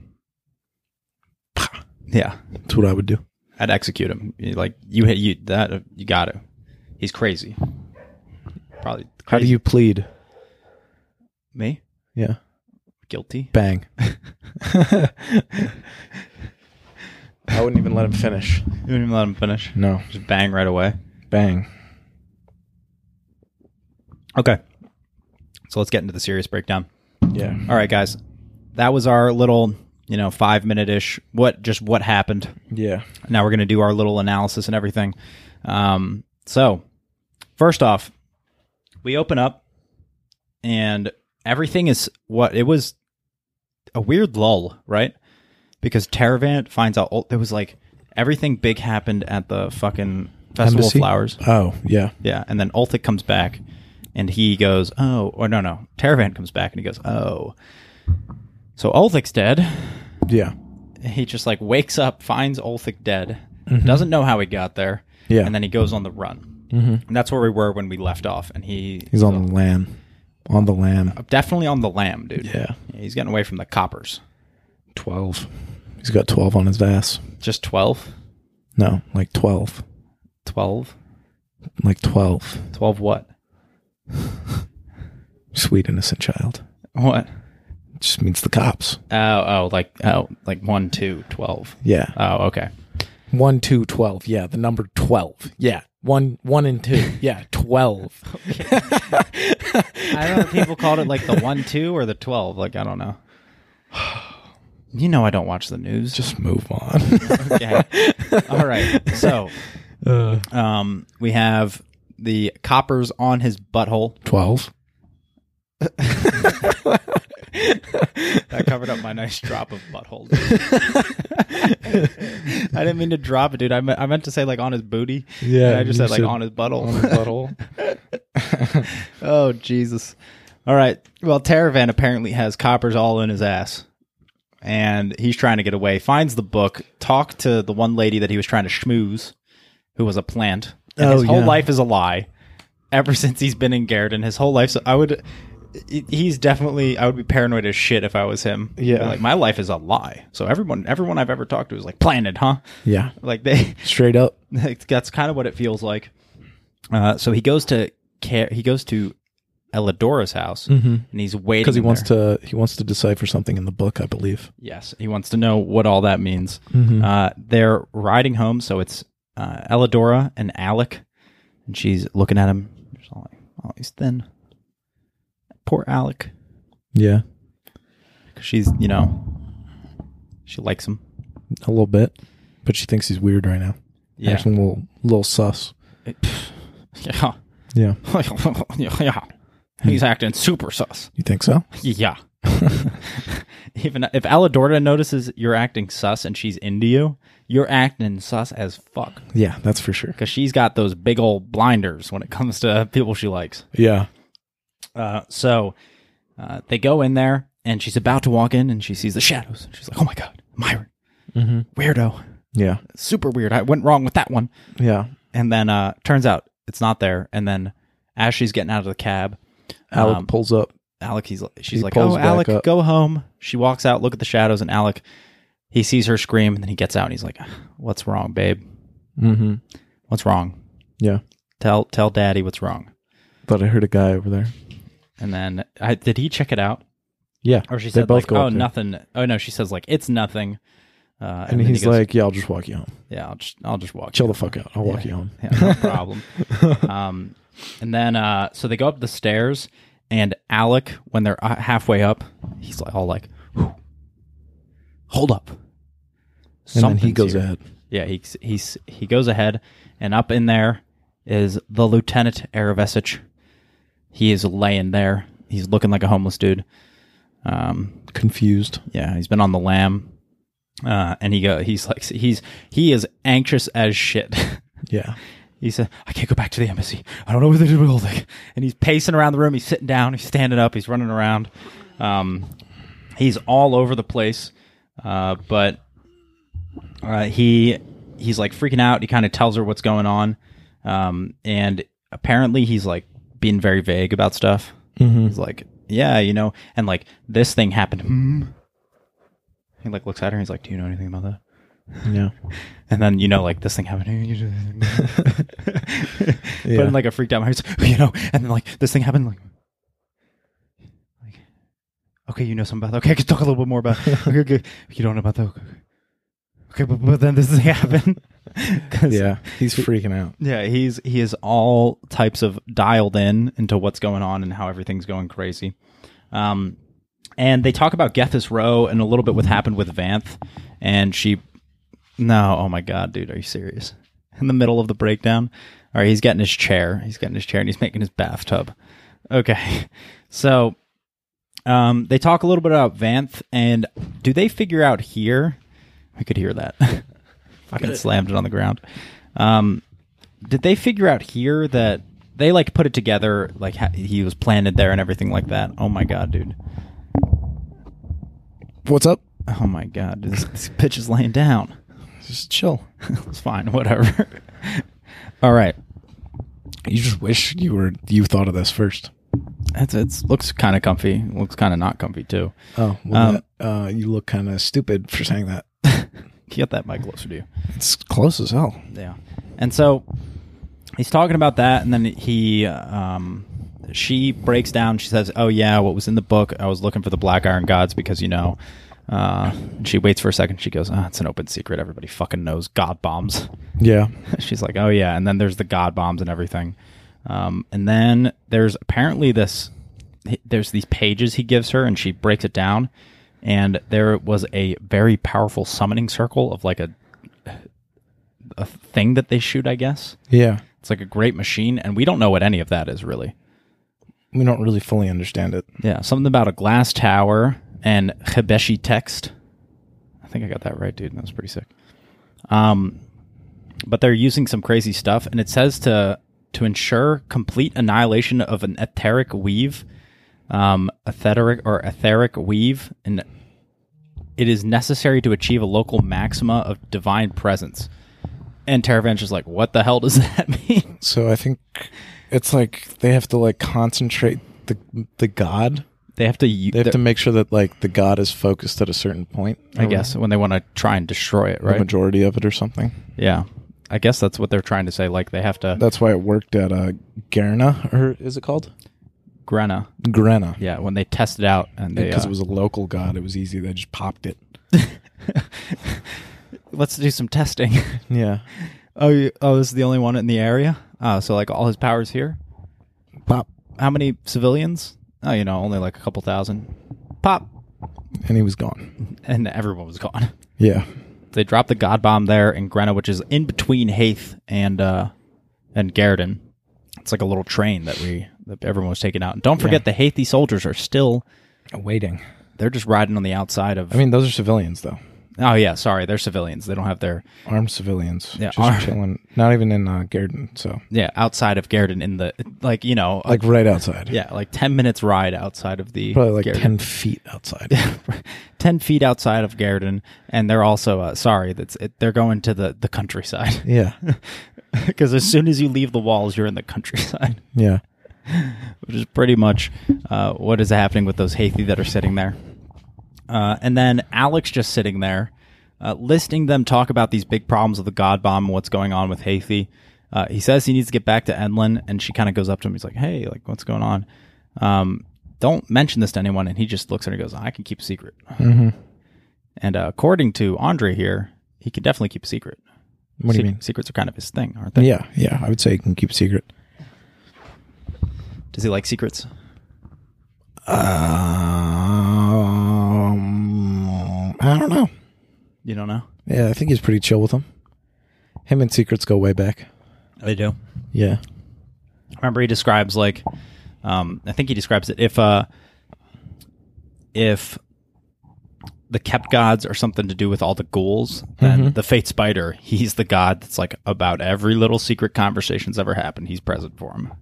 [SPEAKER 1] Yeah,
[SPEAKER 2] That's what I would do.
[SPEAKER 1] I'd execute him. You- Like you hit you that uh, you got to. He's crazy. Probably.
[SPEAKER 2] How do
[SPEAKER 1] crazy.
[SPEAKER 2] you plead?
[SPEAKER 1] me
[SPEAKER 2] Yeah,
[SPEAKER 1] guilty?
[SPEAKER 2] [laughs] bang. I wouldn't even let him finish.
[SPEAKER 1] You wouldn't even let him finish.
[SPEAKER 2] No,
[SPEAKER 1] Just bang right away.
[SPEAKER 2] bang.
[SPEAKER 1] Okay. So let's get into the serious breakdown.
[SPEAKER 2] Yeah,
[SPEAKER 1] All right, guys. That was our little, you know, five minute ish. What just what happened?
[SPEAKER 2] yeah.
[SPEAKER 1] Now we're going to do our little analysis and everything. Um, so, first off, we open up and everything is what it was a weird lull, right? Because Teravant finds out oh, there was like everything big happened at the fucking Festival
[SPEAKER 2] Embassy?
[SPEAKER 1] of Flowers.
[SPEAKER 2] Oh, yeah.
[SPEAKER 1] Yeah. And then Ulthic comes back and he goes, Oh, or no, no. Teravant comes back and he goes, Oh. So Ulthic's dead
[SPEAKER 2] Yeah.
[SPEAKER 1] he just like wakes up, finds Ulthic dead, doesn't know how he got there,
[SPEAKER 2] Mm-hmm. Yeah.
[SPEAKER 1] and then he goes on the run.
[SPEAKER 2] Mhm.
[SPEAKER 1] And that's where we were when we left off. And he
[SPEAKER 2] He's on the lamb. On the lamb.
[SPEAKER 1] definitely on the lamb, dude.
[SPEAKER 2] Yeah.
[SPEAKER 1] he's getting away from the coppers.
[SPEAKER 2] 12. He's got 12 on his ass.
[SPEAKER 1] Just 12?
[SPEAKER 2] No, like 12.
[SPEAKER 1] 12?
[SPEAKER 2] Like 12.
[SPEAKER 1] 12 what?
[SPEAKER 2] Sweet innocent child.
[SPEAKER 1] What?
[SPEAKER 2] Just means the cops.
[SPEAKER 1] Oh, oh, like oh, like one, two, twelve.
[SPEAKER 2] Yeah.
[SPEAKER 1] Oh, okay.
[SPEAKER 2] One, two, twelve. Yeah. The number 12. Yeah. One, one and [laughs] two. Yeah. 12.
[SPEAKER 1] I don't know. if People called it like the one, two, or the twelve. Like I don't know. You know I don't watch the news.
[SPEAKER 2] Just move [laughs] on.
[SPEAKER 1] Okay. [laughs] All right. So, um, we have the coppers on his butthole.
[SPEAKER 2] 12.
[SPEAKER 1] That covered up my nice drop of butthole. [laughs] I didn't mean to drop it, dude. I, me- I meant to say like on his booty.
[SPEAKER 2] Yeah,
[SPEAKER 1] And I just
[SPEAKER 2] you
[SPEAKER 1] said like
[SPEAKER 2] said
[SPEAKER 1] on his butthole.
[SPEAKER 2] Butthole.
[SPEAKER 1] oh Jesus! All right. Well, Taravan apparently has coppers all in his ass, and he's trying to get away. Finds the book. Talk to the one lady that he was trying to schmooze, who was a plant. And his
[SPEAKER 2] Oh,
[SPEAKER 1] whole
[SPEAKER 2] yeah.
[SPEAKER 1] life is a lie. Ever [laughs] since he's been in Garrett, and his whole life, so I would. He's definitely. I would be paranoid as shit if I was him.
[SPEAKER 2] Yeah.
[SPEAKER 1] Like my life is a lie. So everyone, everyone I've ever talked to is like planted, huh?
[SPEAKER 2] Yeah.
[SPEAKER 1] Like they.
[SPEAKER 2] Straight up.
[SPEAKER 1] Like, [laughs] that's kind of what it feels like. Uh, so he goes to Ca- he goes to Elidora's house, and he's waiting
[SPEAKER 2] Because Mm-hmm. he wants to, he wants to decipher something in the book, I believe.
[SPEAKER 1] Yes, he wants to know what all that means.
[SPEAKER 2] Mm-hmm.
[SPEAKER 1] Uh, they're riding home, so it's uh, Elidora and Alec, and she's looking at him. She's all like, "Oh, he's thin." Poor Alec,
[SPEAKER 2] Yeah.
[SPEAKER 1] 'Cause she's you know, she likes him.
[SPEAKER 2] A little bit. But she thinks he's weird right now.
[SPEAKER 1] Yeah.
[SPEAKER 2] Acting a little, little sus.
[SPEAKER 1] Yeah, [laughs]
[SPEAKER 2] Yeah.
[SPEAKER 1] yeah, [laughs] he's acting super sus.
[SPEAKER 2] You think so?
[SPEAKER 1] Yeah. [laughs] Even if Alidorda notices you're acting sus and she's into you, you're acting sus as fuck
[SPEAKER 2] Yeah, that's for sure.
[SPEAKER 1] because she's got those big old blinders when it comes to people she likes.
[SPEAKER 2] Yeah.
[SPEAKER 1] Uh, so uh, they go in there and she's about to walk in and she sees the shadows. And she's like, oh my God, Myron, weirdo,
[SPEAKER 2] Yeah.
[SPEAKER 1] super weird. I went wrong with that one.
[SPEAKER 2] Yeah.
[SPEAKER 1] And then uh, turns out it's not there. And then as she's getting out of the cab,
[SPEAKER 2] Alec
[SPEAKER 1] um,
[SPEAKER 2] pulls up.
[SPEAKER 1] Alec, he's she's
[SPEAKER 2] He
[SPEAKER 1] like,
[SPEAKER 2] pulls
[SPEAKER 1] "Oh,
[SPEAKER 2] back
[SPEAKER 1] Alec,
[SPEAKER 2] up.
[SPEAKER 1] go home." She walks out, look at the shadows, and Alec, he sees her scream, and then he gets out, and he's like, "What's wrong, babe?
[SPEAKER 2] Mm-hmm.
[SPEAKER 1] What's wrong?
[SPEAKER 2] Yeah.
[SPEAKER 1] Tell tell Daddy what's wrong."
[SPEAKER 2] Thought I heard a guy over there.
[SPEAKER 1] And then I, did he check it out,
[SPEAKER 2] Yeah.
[SPEAKER 1] or she
[SPEAKER 2] They
[SPEAKER 1] said
[SPEAKER 2] both
[SPEAKER 1] like,
[SPEAKER 2] go
[SPEAKER 1] "Oh,
[SPEAKER 2] up there.
[SPEAKER 1] nothing." Oh no, she says like, "It's nothing." Uh,
[SPEAKER 2] And,
[SPEAKER 1] then he
[SPEAKER 2] he's
[SPEAKER 1] goes,
[SPEAKER 2] like, yeah, I'll just walk you home.
[SPEAKER 1] "Yeah, I'll just I'll just walk."
[SPEAKER 2] Chill the fuck out. I'll walk you home.
[SPEAKER 1] [laughs] Yeah,
[SPEAKER 2] [laughs]
[SPEAKER 1] no problem. um, and then uh, so they go up the stairs, and Alec, when they're uh, halfway up, he's like all like, "Whew. "Hold up!"
[SPEAKER 2] And then he
[SPEAKER 1] Something's
[SPEAKER 2] goes
[SPEAKER 1] here.
[SPEAKER 2] ahead.
[SPEAKER 1] Yeah, he he's he goes ahead, and up in there is the Lieutenant Aravesich. He is laying there. He's looking like a homeless dude. Um,
[SPEAKER 2] Confused.
[SPEAKER 1] yeah, he's been on the lam, uh, and he go. He's like he's he is anxious as shit. [laughs]
[SPEAKER 2] Yeah.
[SPEAKER 1] He said, I can't go back to the embassy. I don't know what they did with Ulrich. And he's pacing around the room. He's sitting down. He's standing up. He's running around. Um, he's all over the place, uh, but uh, he he's like freaking out. He kind of tells her what's going on, um, and apparently he's like being very vague about stuff. He's like, yeah, you know, and like this thing happened. Hmm. He like looks at her. and He's like, do you know anything about that?
[SPEAKER 2] [laughs] Yeah.
[SPEAKER 1] And then you know, like this thing happened,
[SPEAKER 2] Yeah.
[SPEAKER 1] but in like [laughs] a freaked out mind, it's, you know. And then like this thing happened, like, like, okay, you know something about that. Okay, I can talk a little bit more about. Okay, okay. you don't know about that. Okay, okay but, but then this thing happened. 'Cause-
[SPEAKER 2] Yeah. He's freaking out.
[SPEAKER 1] yeah, he's he is all types of dialed in into what's going on and how everything's going crazy. Um, and they talk about Gethis Row and a little bit what happened with Vanth, and she, no, oh my god, dude, are you serious? [laughs] In the middle of the breakdown, all right, he's getting his chair, he's getting his chair, and he's making his bathtub. Okay, [laughs] so um, they talk a little bit about Vanth, and do they figure out here? I could hear that. [laughs] Fucking slammed it on the ground. Um, did they figure out here that they like put it together like ha- he was planted there and everything like that oh my god dude
[SPEAKER 2] What's up?
[SPEAKER 1] oh my god this, this pitch is laying down [laughs]
[SPEAKER 2] Just chill.
[SPEAKER 1] it's fine whatever [laughs] all right
[SPEAKER 2] You just wish you were you thought of this first.
[SPEAKER 1] that's it looks kind of comfy looks kind of not comfy too
[SPEAKER 2] Oh, well,
[SPEAKER 1] Um,
[SPEAKER 2] that- uh, you look kind of stupid for saying that.
[SPEAKER 1] [laughs] get that mic closer to you
[SPEAKER 2] It's close as hell.
[SPEAKER 1] Yeah. And so he's talking about that, and then he, um, she breaks down. She says, "Oh yeah, what was in the book? I was looking for the Black Iron Gods because you know." Uh, and she waits for a second. She goes, "Ah, it's an open secret. Everybody fucking knows God bombs."
[SPEAKER 2] Yeah.
[SPEAKER 1] She's like, "Oh yeah," and then there's the God bombs and everything. Um, and then there's apparently this. h- There's these pages he gives her, and she breaks it down. And there was a very powerful summoning circle of like a a thing that they shoot. I guess
[SPEAKER 2] [laughs] Yeah.
[SPEAKER 1] it's like a great machine, and we don't know what any of that is really.
[SPEAKER 2] We don't really fully understand it.
[SPEAKER 1] Yeah, something about a glass tower and Hibeshi text. I think I got that right, dude. That was pretty sick. Um, but they're using some crazy stuff, and it says to to ensure complete annihilation of an etheric weave, um, etheric or etheric weave, and it is necessary to achieve a local maxima of divine presence. And Taravanch is like, what the hell does [laughs] that mean?
[SPEAKER 2] So I think it's like they have to like concentrate the the god.
[SPEAKER 1] They have to. u-
[SPEAKER 2] They have to make sure that like the god is focused at a certain point.
[SPEAKER 1] I guess when they want to try and destroy it,
[SPEAKER 2] the
[SPEAKER 1] right?
[SPEAKER 2] majority of it or something.
[SPEAKER 1] Yeah. I guess that's what they're trying to say. Like they have to
[SPEAKER 2] That's why it worked at uh, Garna, or is it called
[SPEAKER 1] Grenna.
[SPEAKER 2] Grena?
[SPEAKER 1] Yeah, when they test it out and they
[SPEAKER 2] Because
[SPEAKER 1] uh,
[SPEAKER 2] it was a local god, it was easy. They just popped it.
[SPEAKER 1] [laughs] let's do some testing.
[SPEAKER 2] [laughs] Yeah,
[SPEAKER 1] oh, you, oh, this is the only one in the area. Oh, so like all his powers here.
[SPEAKER 2] pop,
[SPEAKER 1] How many civilians? Oh, you know, only like a couple thousand. Pop,
[SPEAKER 2] and he was gone.
[SPEAKER 1] and everyone was gone. [laughs]
[SPEAKER 2] Yeah,
[SPEAKER 1] They dropped the god bomb there in Grenna, which is in between Haith and uh and Garrison. It's like a little train that we that everyone was taken out. And don't forget the Haithy soldiers are still
[SPEAKER 2] waiting.
[SPEAKER 1] they're just riding on the outside of
[SPEAKER 2] I mean, those are civilians though,
[SPEAKER 1] Oh yeah, sorry, they're civilians. They don't have their
[SPEAKER 2] armed civilians.
[SPEAKER 1] Yeah,
[SPEAKER 2] just
[SPEAKER 1] armed.
[SPEAKER 2] chilling. Not even in uh, Garden. So
[SPEAKER 1] yeah outside of Garden in the like you know
[SPEAKER 2] like right outside.
[SPEAKER 1] yeah like ten minutes ride outside of the
[SPEAKER 2] probably like
[SPEAKER 1] Garden.
[SPEAKER 2] ten feet outside.
[SPEAKER 1] [laughs] 10 feet outside of Garden, and they're also uh, sorry that's it, they're going to the the countryside
[SPEAKER 2] yeah,
[SPEAKER 1] [laughs] because as soon as you leave the walls, you're in the countryside,
[SPEAKER 2] yeah.
[SPEAKER 1] which is pretty much uh, what is happening with those Hathi that are sitting there, uh, and then Alex just sitting there. Uh, listing them talk about these big problems of the God bomb and what's going on with Hathi. Uh, he says he needs to get back to Enlin, and she kind of goes up to him. He's like, "Hey, like, what's going on? Um, don't mention this to anyone." And he just looks at her and goes, "I can keep a secret."
[SPEAKER 2] Mm-hmm.
[SPEAKER 1] And uh, according to Andre here, he can definitely keep a secret.
[SPEAKER 2] What do you
[SPEAKER 1] Se-
[SPEAKER 2] mean?
[SPEAKER 1] Secrets are kind of his thing, aren't they?
[SPEAKER 2] Yeah, yeah. I would say you can keep secret.
[SPEAKER 1] Does he like secrets?
[SPEAKER 2] Um, I don't know.
[SPEAKER 1] You don't know.
[SPEAKER 2] Yeah, I think he's pretty chill with him. Him and secrets go way back.
[SPEAKER 1] They do.
[SPEAKER 2] Yeah.
[SPEAKER 1] remember he describes like um, I think he describes it if uh if the kept gods are something to do with all the ghouls, then the fate spider, he's the god that's like about every little secret conversation's ever happened. He's present for him.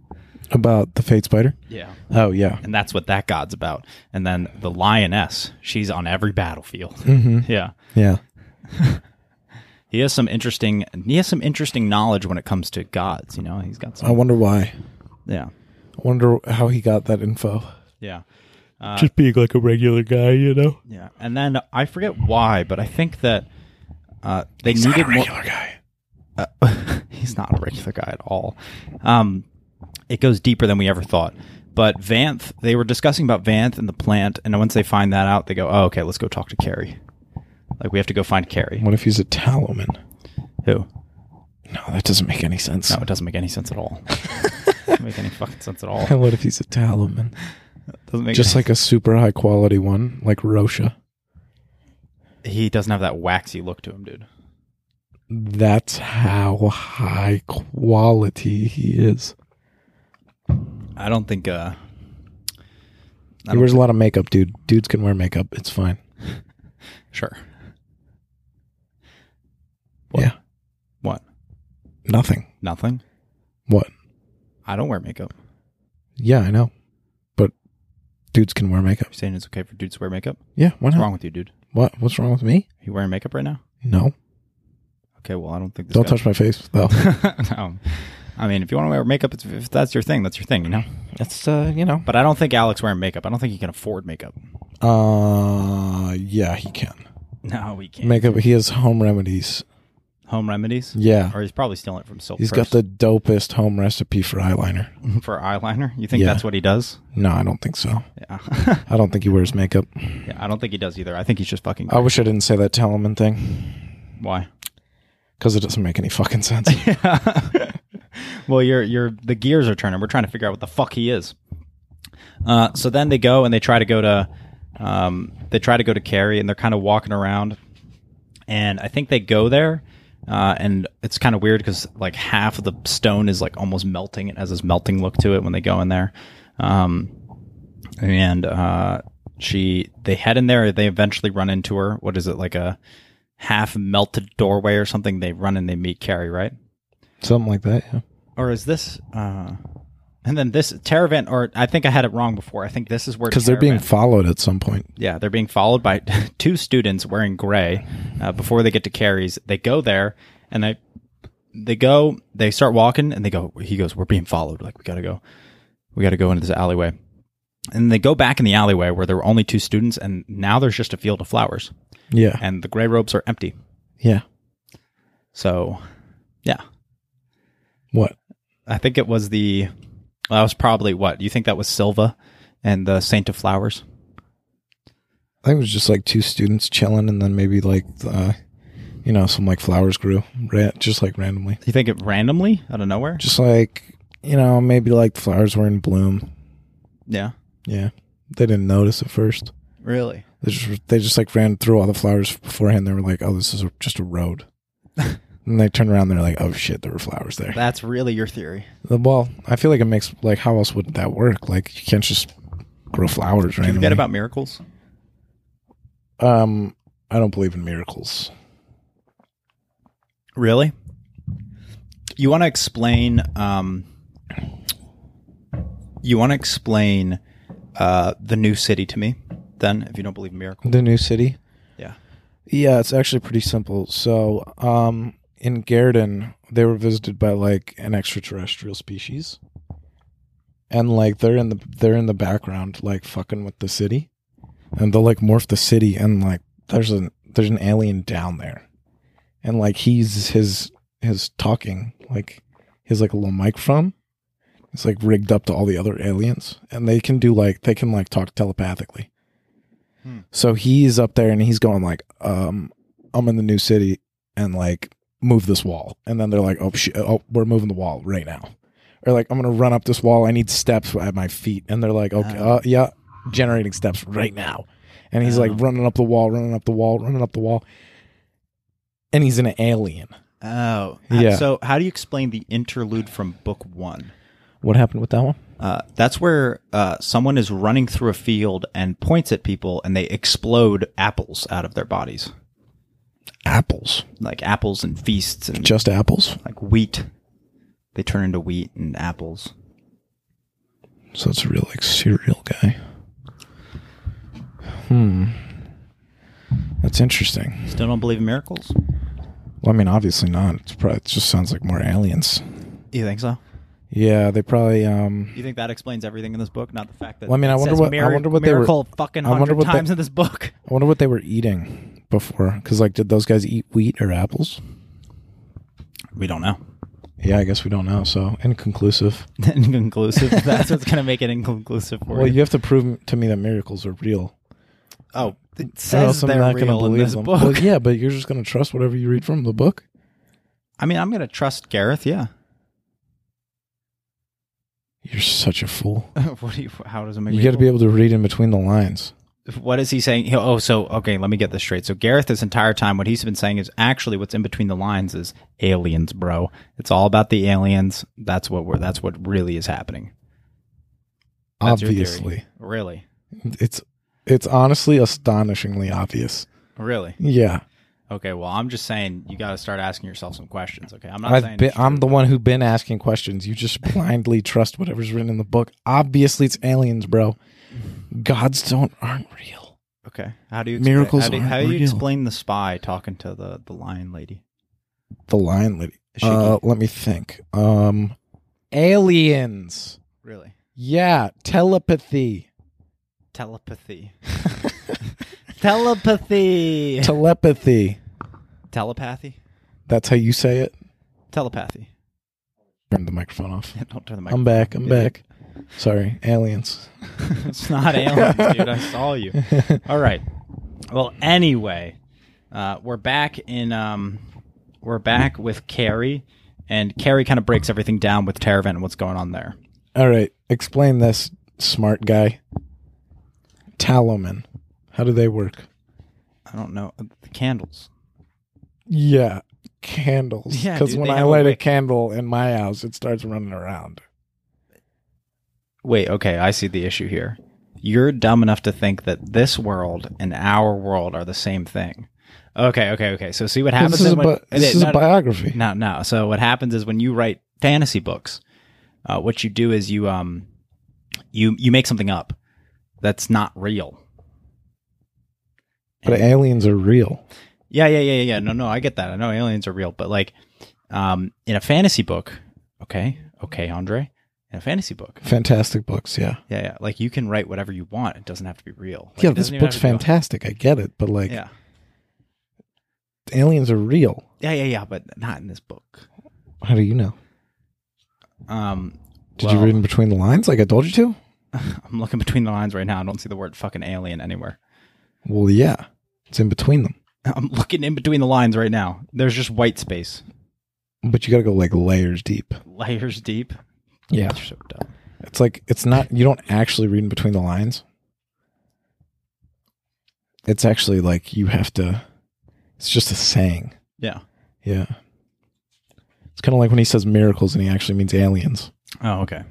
[SPEAKER 2] About the Fate Spider?
[SPEAKER 1] Yeah.
[SPEAKER 2] Oh, yeah.
[SPEAKER 1] and that's what that god's about. And then the lioness, she's on every battlefield. [laughs] yeah,
[SPEAKER 2] Yeah.
[SPEAKER 1] he has some interesting. He has some interesting knowledge when it comes to gods. You know, he's got
[SPEAKER 2] I
[SPEAKER 1] some.
[SPEAKER 2] wonder why.
[SPEAKER 1] Yeah,
[SPEAKER 2] I wonder how he got that info.
[SPEAKER 1] yeah,
[SPEAKER 2] Just being like a regular guy, you know?
[SPEAKER 1] yeah. And then I forget why, but I think that uh, they needed more.
[SPEAKER 2] guy.
[SPEAKER 1] [laughs] he's not a regular guy at all. Um, it goes deeper than we ever thought. But Vanth, they were discussing about Vanth and the plant, and once they find that out, they go, "Oh, okay, let's go talk to Carrie." Like we have to go find Carrie.
[SPEAKER 2] What if he's a Taloman?
[SPEAKER 1] Who?
[SPEAKER 2] No, that doesn't make any sense.
[SPEAKER 1] No, it doesn't make any sense at all. [laughs] doesn't make any fucking sense at
[SPEAKER 2] [laughs]
[SPEAKER 1] all.
[SPEAKER 2] what if he's a Taloman?
[SPEAKER 1] Doesn't make
[SPEAKER 2] Just like a super high quality one, like Rosha.
[SPEAKER 1] he doesn't have that waxy look to him, dude.
[SPEAKER 2] That's how high quality he is.
[SPEAKER 1] I don't think. uh I
[SPEAKER 2] He
[SPEAKER 1] don't
[SPEAKER 2] wears a lot of makeup, dude. Dudes can wear makeup. It's fine.
[SPEAKER 1] Sure.
[SPEAKER 2] Yeah.
[SPEAKER 1] What?
[SPEAKER 2] Nothing.
[SPEAKER 1] Nothing.
[SPEAKER 2] What?
[SPEAKER 1] I don't wear makeup.
[SPEAKER 2] Yeah, I know. But dudes can wear makeup.
[SPEAKER 1] You're saying it's okay for dudes to wear makeup?
[SPEAKER 2] Yeah, why
[SPEAKER 1] What's
[SPEAKER 2] not?
[SPEAKER 1] wrong with you, dude?
[SPEAKER 2] What? What's wrong with me?
[SPEAKER 1] Are you wearing makeup right now?
[SPEAKER 2] No.
[SPEAKER 1] Okay, well, I don't think this
[SPEAKER 2] Don't
[SPEAKER 1] guy-
[SPEAKER 2] touch my face, though.
[SPEAKER 1] [laughs] Um, I mean, if you want to wear makeup, it's, if that's your thing, that's your thing, you know.
[SPEAKER 2] [laughs] That's, uh, you know.
[SPEAKER 1] But I don't think Alex wearing makeup. I don't think he can afford makeup.
[SPEAKER 2] Uh, yeah, he can.
[SPEAKER 1] No, he can't.
[SPEAKER 2] Makeup, he has home remedies.
[SPEAKER 1] Home remedies,
[SPEAKER 2] Yeah.
[SPEAKER 1] or he's probably stealing it from Silk.
[SPEAKER 2] He's
[SPEAKER 1] He's
[SPEAKER 2] got the dopest home recipe for eyeliner.
[SPEAKER 1] [laughs] for eyeliner. You think
[SPEAKER 2] Yeah.
[SPEAKER 1] that's what he does?
[SPEAKER 2] No, I don't think so.
[SPEAKER 1] Yeah. [laughs]
[SPEAKER 2] I don't think he wears makeup.
[SPEAKER 1] Yeah, I don't think he does either. I think he's just fucking.
[SPEAKER 2] I wish I didn't say that Telemann thing
[SPEAKER 1] Why?
[SPEAKER 2] because it doesn't make any fucking [laughs] sense.
[SPEAKER 1] [laughs] Well, you're you're the gears are turning. We're trying to figure out what the fuck he is. Uh, so then they go and they try to go to, um, they try to go to Carrie and they're kind of walking around, and I think they go there, uh, and it's kind of weird because like half of the stone is like almost melting. It has this melting look to it when they go in there, um, and uh, she they head in there. They eventually run into her. What is it like a half melted doorway or something? They run and they meet Carrie, right?
[SPEAKER 2] Something like that, yeah.
[SPEAKER 1] or is this uh and then this Teravent or I think I had it wrong before. I think this is where
[SPEAKER 2] Because they're being
[SPEAKER 1] Teravent-
[SPEAKER 2] followed at some point.
[SPEAKER 1] yeah, they're being followed by [laughs] two students wearing gray. Uh, before they get to Carrie's, they go there and they they go, they start walking and they go he goes, "We're being followed. Like we got to go. We got to go into this alleyway." And they go back in the alleyway where there were only two students and now there's just a field of flowers
[SPEAKER 2] Yeah.
[SPEAKER 1] and the gray robes are empty.
[SPEAKER 2] Yeah.
[SPEAKER 1] So, yeah.
[SPEAKER 2] What?
[SPEAKER 1] I think it was the. That was probably what you think that was Silva and the Saint of Flowers.
[SPEAKER 2] I think it was just like two students chilling and then maybe like, uh, you know, some like flowers grew ra- just like randomly.
[SPEAKER 1] You think it randomly out of nowhere?
[SPEAKER 2] Just like, you know, maybe like the flowers were in bloom.
[SPEAKER 1] Yeah,
[SPEAKER 2] Yeah. They didn't notice at first.
[SPEAKER 1] really.
[SPEAKER 2] They just they just like ran through all the flowers beforehand. They were like, "Oh, this is a, just a
[SPEAKER 1] [laughs]
[SPEAKER 2] road." and they turned around. They're like, "Oh shit, there were flowers there."
[SPEAKER 1] That's really your theory.
[SPEAKER 2] Well, I feel like it makes like how else would that work? Like you can't just grow flowers randomly.
[SPEAKER 1] Forget about miracles.
[SPEAKER 2] um, I don't believe in miracles.
[SPEAKER 1] Really. You want to explain? Um, you want to explain uh, the new city to me? Then, if you don't believe in miracles,
[SPEAKER 2] The new city.
[SPEAKER 1] yeah,
[SPEAKER 2] Yeah, it's actually pretty simple. So, um, in Garden, they were visited by like an extraterrestrial species, and like they're in the they're in the background, like fucking with the city, and they'll like morph the city, and like there's an there's an alien down there, and like he's his his talking like his like a little microphone. It's like rigged up to all the other aliens, and they can do like they can like talk telepathically. So he's up there and he's going like, um, I'm in the new city and like move this wall. And then they're like, oh, sh- oh we're moving the wall right now. Or like, I'm going to run up this wall. I need steps at my feet. And they're like, okay,
[SPEAKER 1] Oh.
[SPEAKER 2] uh, yeah, generating steps right now. And he's
[SPEAKER 1] Oh.
[SPEAKER 2] like running up the wall, running up the wall, running up the wall. And he's an alien.
[SPEAKER 1] Oh,
[SPEAKER 2] Yeah.
[SPEAKER 1] So, how do you explain the interlude from book one?
[SPEAKER 2] What happened with that one?
[SPEAKER 1] Uh, that's where uh, someone is running through a field and points at people, and they explode apples out of their bodies,
[SPEAKER 2] Apples.
[SPEAKER 1] like apples and feasts and
[SPEAKER 2] Just apples.
[SPEAKER 1] like wheat. They turn into wheat and apples.
[SPEAKER 2] So it's a real like serial guy. Hmm. That's interesting.
[SPEAKER 1] Still don't believe in miracles?
[SPEAKER 2] Well, I mean, obviously not. It's probably, it just sounds like more aliens.
[SPEAKER 1] You think so?
[SPEAKER 2] Yeah, they probably. Um,
[SPEAKER 1] You think that explains everything in this book, not the fact that
[SPEAKER 2] Well, I mean,
[SPEAKER 1] it
[SPEAKER 2] I wonder
[SPEAKER 1] says
[SPEAKER 2] what- I
[SPEAKER 1] mir-
[SPEAKER 2] wonder what they were-
[SPEAKER 1] miracle fucking
[SPEAKER 2] I wonder
[SPEAKER 1] hundred
[SPEAKER 2] what they-
[SPEAKER 1] times in this book. [laughs]
[SPEAKER 2] I wonder what they were eating before. Because like, did those guys eat wheat or apples?
[SPEAKER 1] We don't know.
[SPEAKER 2] Yeah, I guess we don't know. So inconclusive.
[SPEAKER 1] [laughs] inconclusive. That's what's going to make it inconclusive for
[SPEAKER 2] Well,
[SPEAKER 1] you.
[SPEAKER 2] you have to prove to me that miracles are real.
[SPEAKER 1] Oh, it
[SPEAKER 2] Or
[SPEAKER 1] says
[SPEAKER 2] else I'm
[SPEAKER 1] they're
[SPEAKER 2] not gonna
[SPEAKER 1] real in
[SPEAKER 2] believe
[SPEAKER 1] this
[SPEAKER 2] them.
[SPEAKER 1] book.
[SPEAKER 2] Well, yeah, but you're just going to trust whatever you read from the book.
[SPEAKER 1] [laughs] I mean, I'm going to trust Gareth. Yeah. [laughs]
[SPEAKER 2] You're such a fool.
[SPEAKER 1] what do you? How does it make
[SPEAKER 2] You
[SPEAKER 1] me
[SPEAKER 2] got to
[SPEAKER 1] feel?
[SPEAKER 2] be able to read in between the lines.
[SPEAKER 1] what is he saying? He- oh, so okay, let me get this straight. So Gareth, this entire time, what he's been saying is actually what's in between the lines is aliens, bro. It's all about the aliens. That's what we're. That's what really is happening. That's your theory.
[SPEAKER 2] obviously,
[SPEAKER 1] Really,
[SPEAKER 2] it's it's honestly astonishingly obvious.
[SPEAKER 1] really.
[SPEAKER 2] Yeah,
[SPEAKER 1] Okay. Well, I'm just saying you got to start asking yourself some questions. Okay, I'm not saying
[SPEAKER 2] I've been,
[SPEAKER 1] it's
[SPEAKER 2] I'm
[SPEAKER 1] true.
[SPEAKER 2] the one who've been asking questions. You just blindly trust whatever's written in the book. Obviously, it's aliens, bro. Gods don't aren't real.
[SPEAKER 1] okay. How do you
[SPEAKER 2] Miracles
[SPEAKER 1] How do, you-
[SPEAKER 2] aren't
[SPEAKER 1] how do you
[SPEAKER 2] real.
[SPEAKER 1] explain the spy talking to the the lion lady?
[SPEAKER 2] The lion lady.
[SPEAKER 1] Shiki.
[SPEAKER 2] Uh, let me think. Um, aliens.
[SPEAKER 1] Really,
[SPEAKER 2] Yeah,
[SPEAKER 1] [laughs]
[SPEAKER 2] telepathy.
[SPEAKER 1] telepathy. [laughs] telepathy.
[SPEAKER 2] telepathy.
[SPEAKER 1] Telepathy.
[SPEAKER 2] That's how you say it.
[SPEAKER 1] Telepathy. [laughs]
[SPEAKER 2] Turn the microphone off.
[SPEAKER 1] Don't turn the
[SPEAKER 2] I'm
[SPEAKER 1] microphone.
[SPEAKER 2] back. I'm
[SPEAKER 1] Yeah.
[SPEAKER 2] back. Sorry, aliens. [laughs]
[SPEAKER 1] [laughs] it's not aliens, dude. I saw you. All right. Well, anyway, uh, we're back in. Um, we're back with Carrie, and Carrie kind of breaks everything down with Teravent and what's going on there.
[SPEAKER 2] All right, explain this, smart guy. Taloman. How do they work?
[SPEAKER 1] I don't know uh, the candles.
[SPEAKER 2] Yeah, candles.
[SPEAKER 1] Yeah,
[SPEAKER 2] Because
[SPEAKER 1] dude,
[SPEAKER 2] when
[SPEAKER 1] they
[SPEAKER 2] I
[SPEAKER 1] have a
[SPEAKER 2] light a
[SPEAKER 1] wick.
[SPEAKER 2] candle in my house, it starts running around.
[SPEAKER 1] Wait, okay, I see the issue here. You're dumb enough to think that this world and our world are the same thing. Okay, okay, okay. So see what happens.
[SPEAKER 2] This is,
[SPEAKER 1] then
[SPEAKER 2] a,
[SPEAKER 1] when-
[SPEAKER 2] bi- this is
[SPEAKER 1] No,
[SPEAKER 2] a
[SPEAKER 1] no,
[SPEAKER 2] biography.
[SPEAKER 1] No, no. So what happens is when you write fantasy books, uh, what you do is you um you you make something up that's not real.
[SPEAKER 2] But aliens are real.
[SPEAKER 1] Yeah, yeah, yeah, yeah, yeah. No, no, I get that. I know aliens are real, but like um in a fantasy book, okay, okay, Andre, in a fantasy book,
[SPEAKER 2] Fantastic books, yeah.
[SPEAKER 1] yeah, yeah, like you can write whatever you want. It doesn't have to be real. Like,
[SPEAKER 2] yeah,
[SPEAKER 1] it
[SPEAKER 2] this
[SPEAKER 1] doesn't even
[SPEAKER 2] book's
[SPEAKER 1] have to be-
[SPEAKER 2] fantastic. I get it. But, like,
[SPEAKER 1] Yeah.
[SPEAKER 2] aliens are real.
[SPEAKER 1] Yeah, yeah, yeah, but not in this book.
[SPEAKER 2] How do you know?
[SPEAKER 1] Um
[SPEAKER 2] Did you
[SPEAKER 1] well,
[SPEAKER 2] read in between the lines like I told you to?
[SPEAKER 1] I'm looking between the lines right now. I don't see the word fucking alien anywhere.
[SPEAKER 2] Well, yeah. It's in between them.
[SPEAKER 1] [laughs] I'm looking in between the lines right now. There's just white space.
[SPEAKER 2] But you got to go, like, layers deep.
[SPEAKER 1] layers deep.
[SPEAKER 2] Yeah.
[SPEAKER 1] They're so dumb.
[SPEAKER 2] It's like it's not you don't actually read in between the lines. It's actually like you have to it's just a saying.
[SPEAKER 1] Yeah.
[SPEAKER 2] Yeah. It's kind of like when he says miracles and he actually means aliens.
[SPEAKER 1] Oh, okay.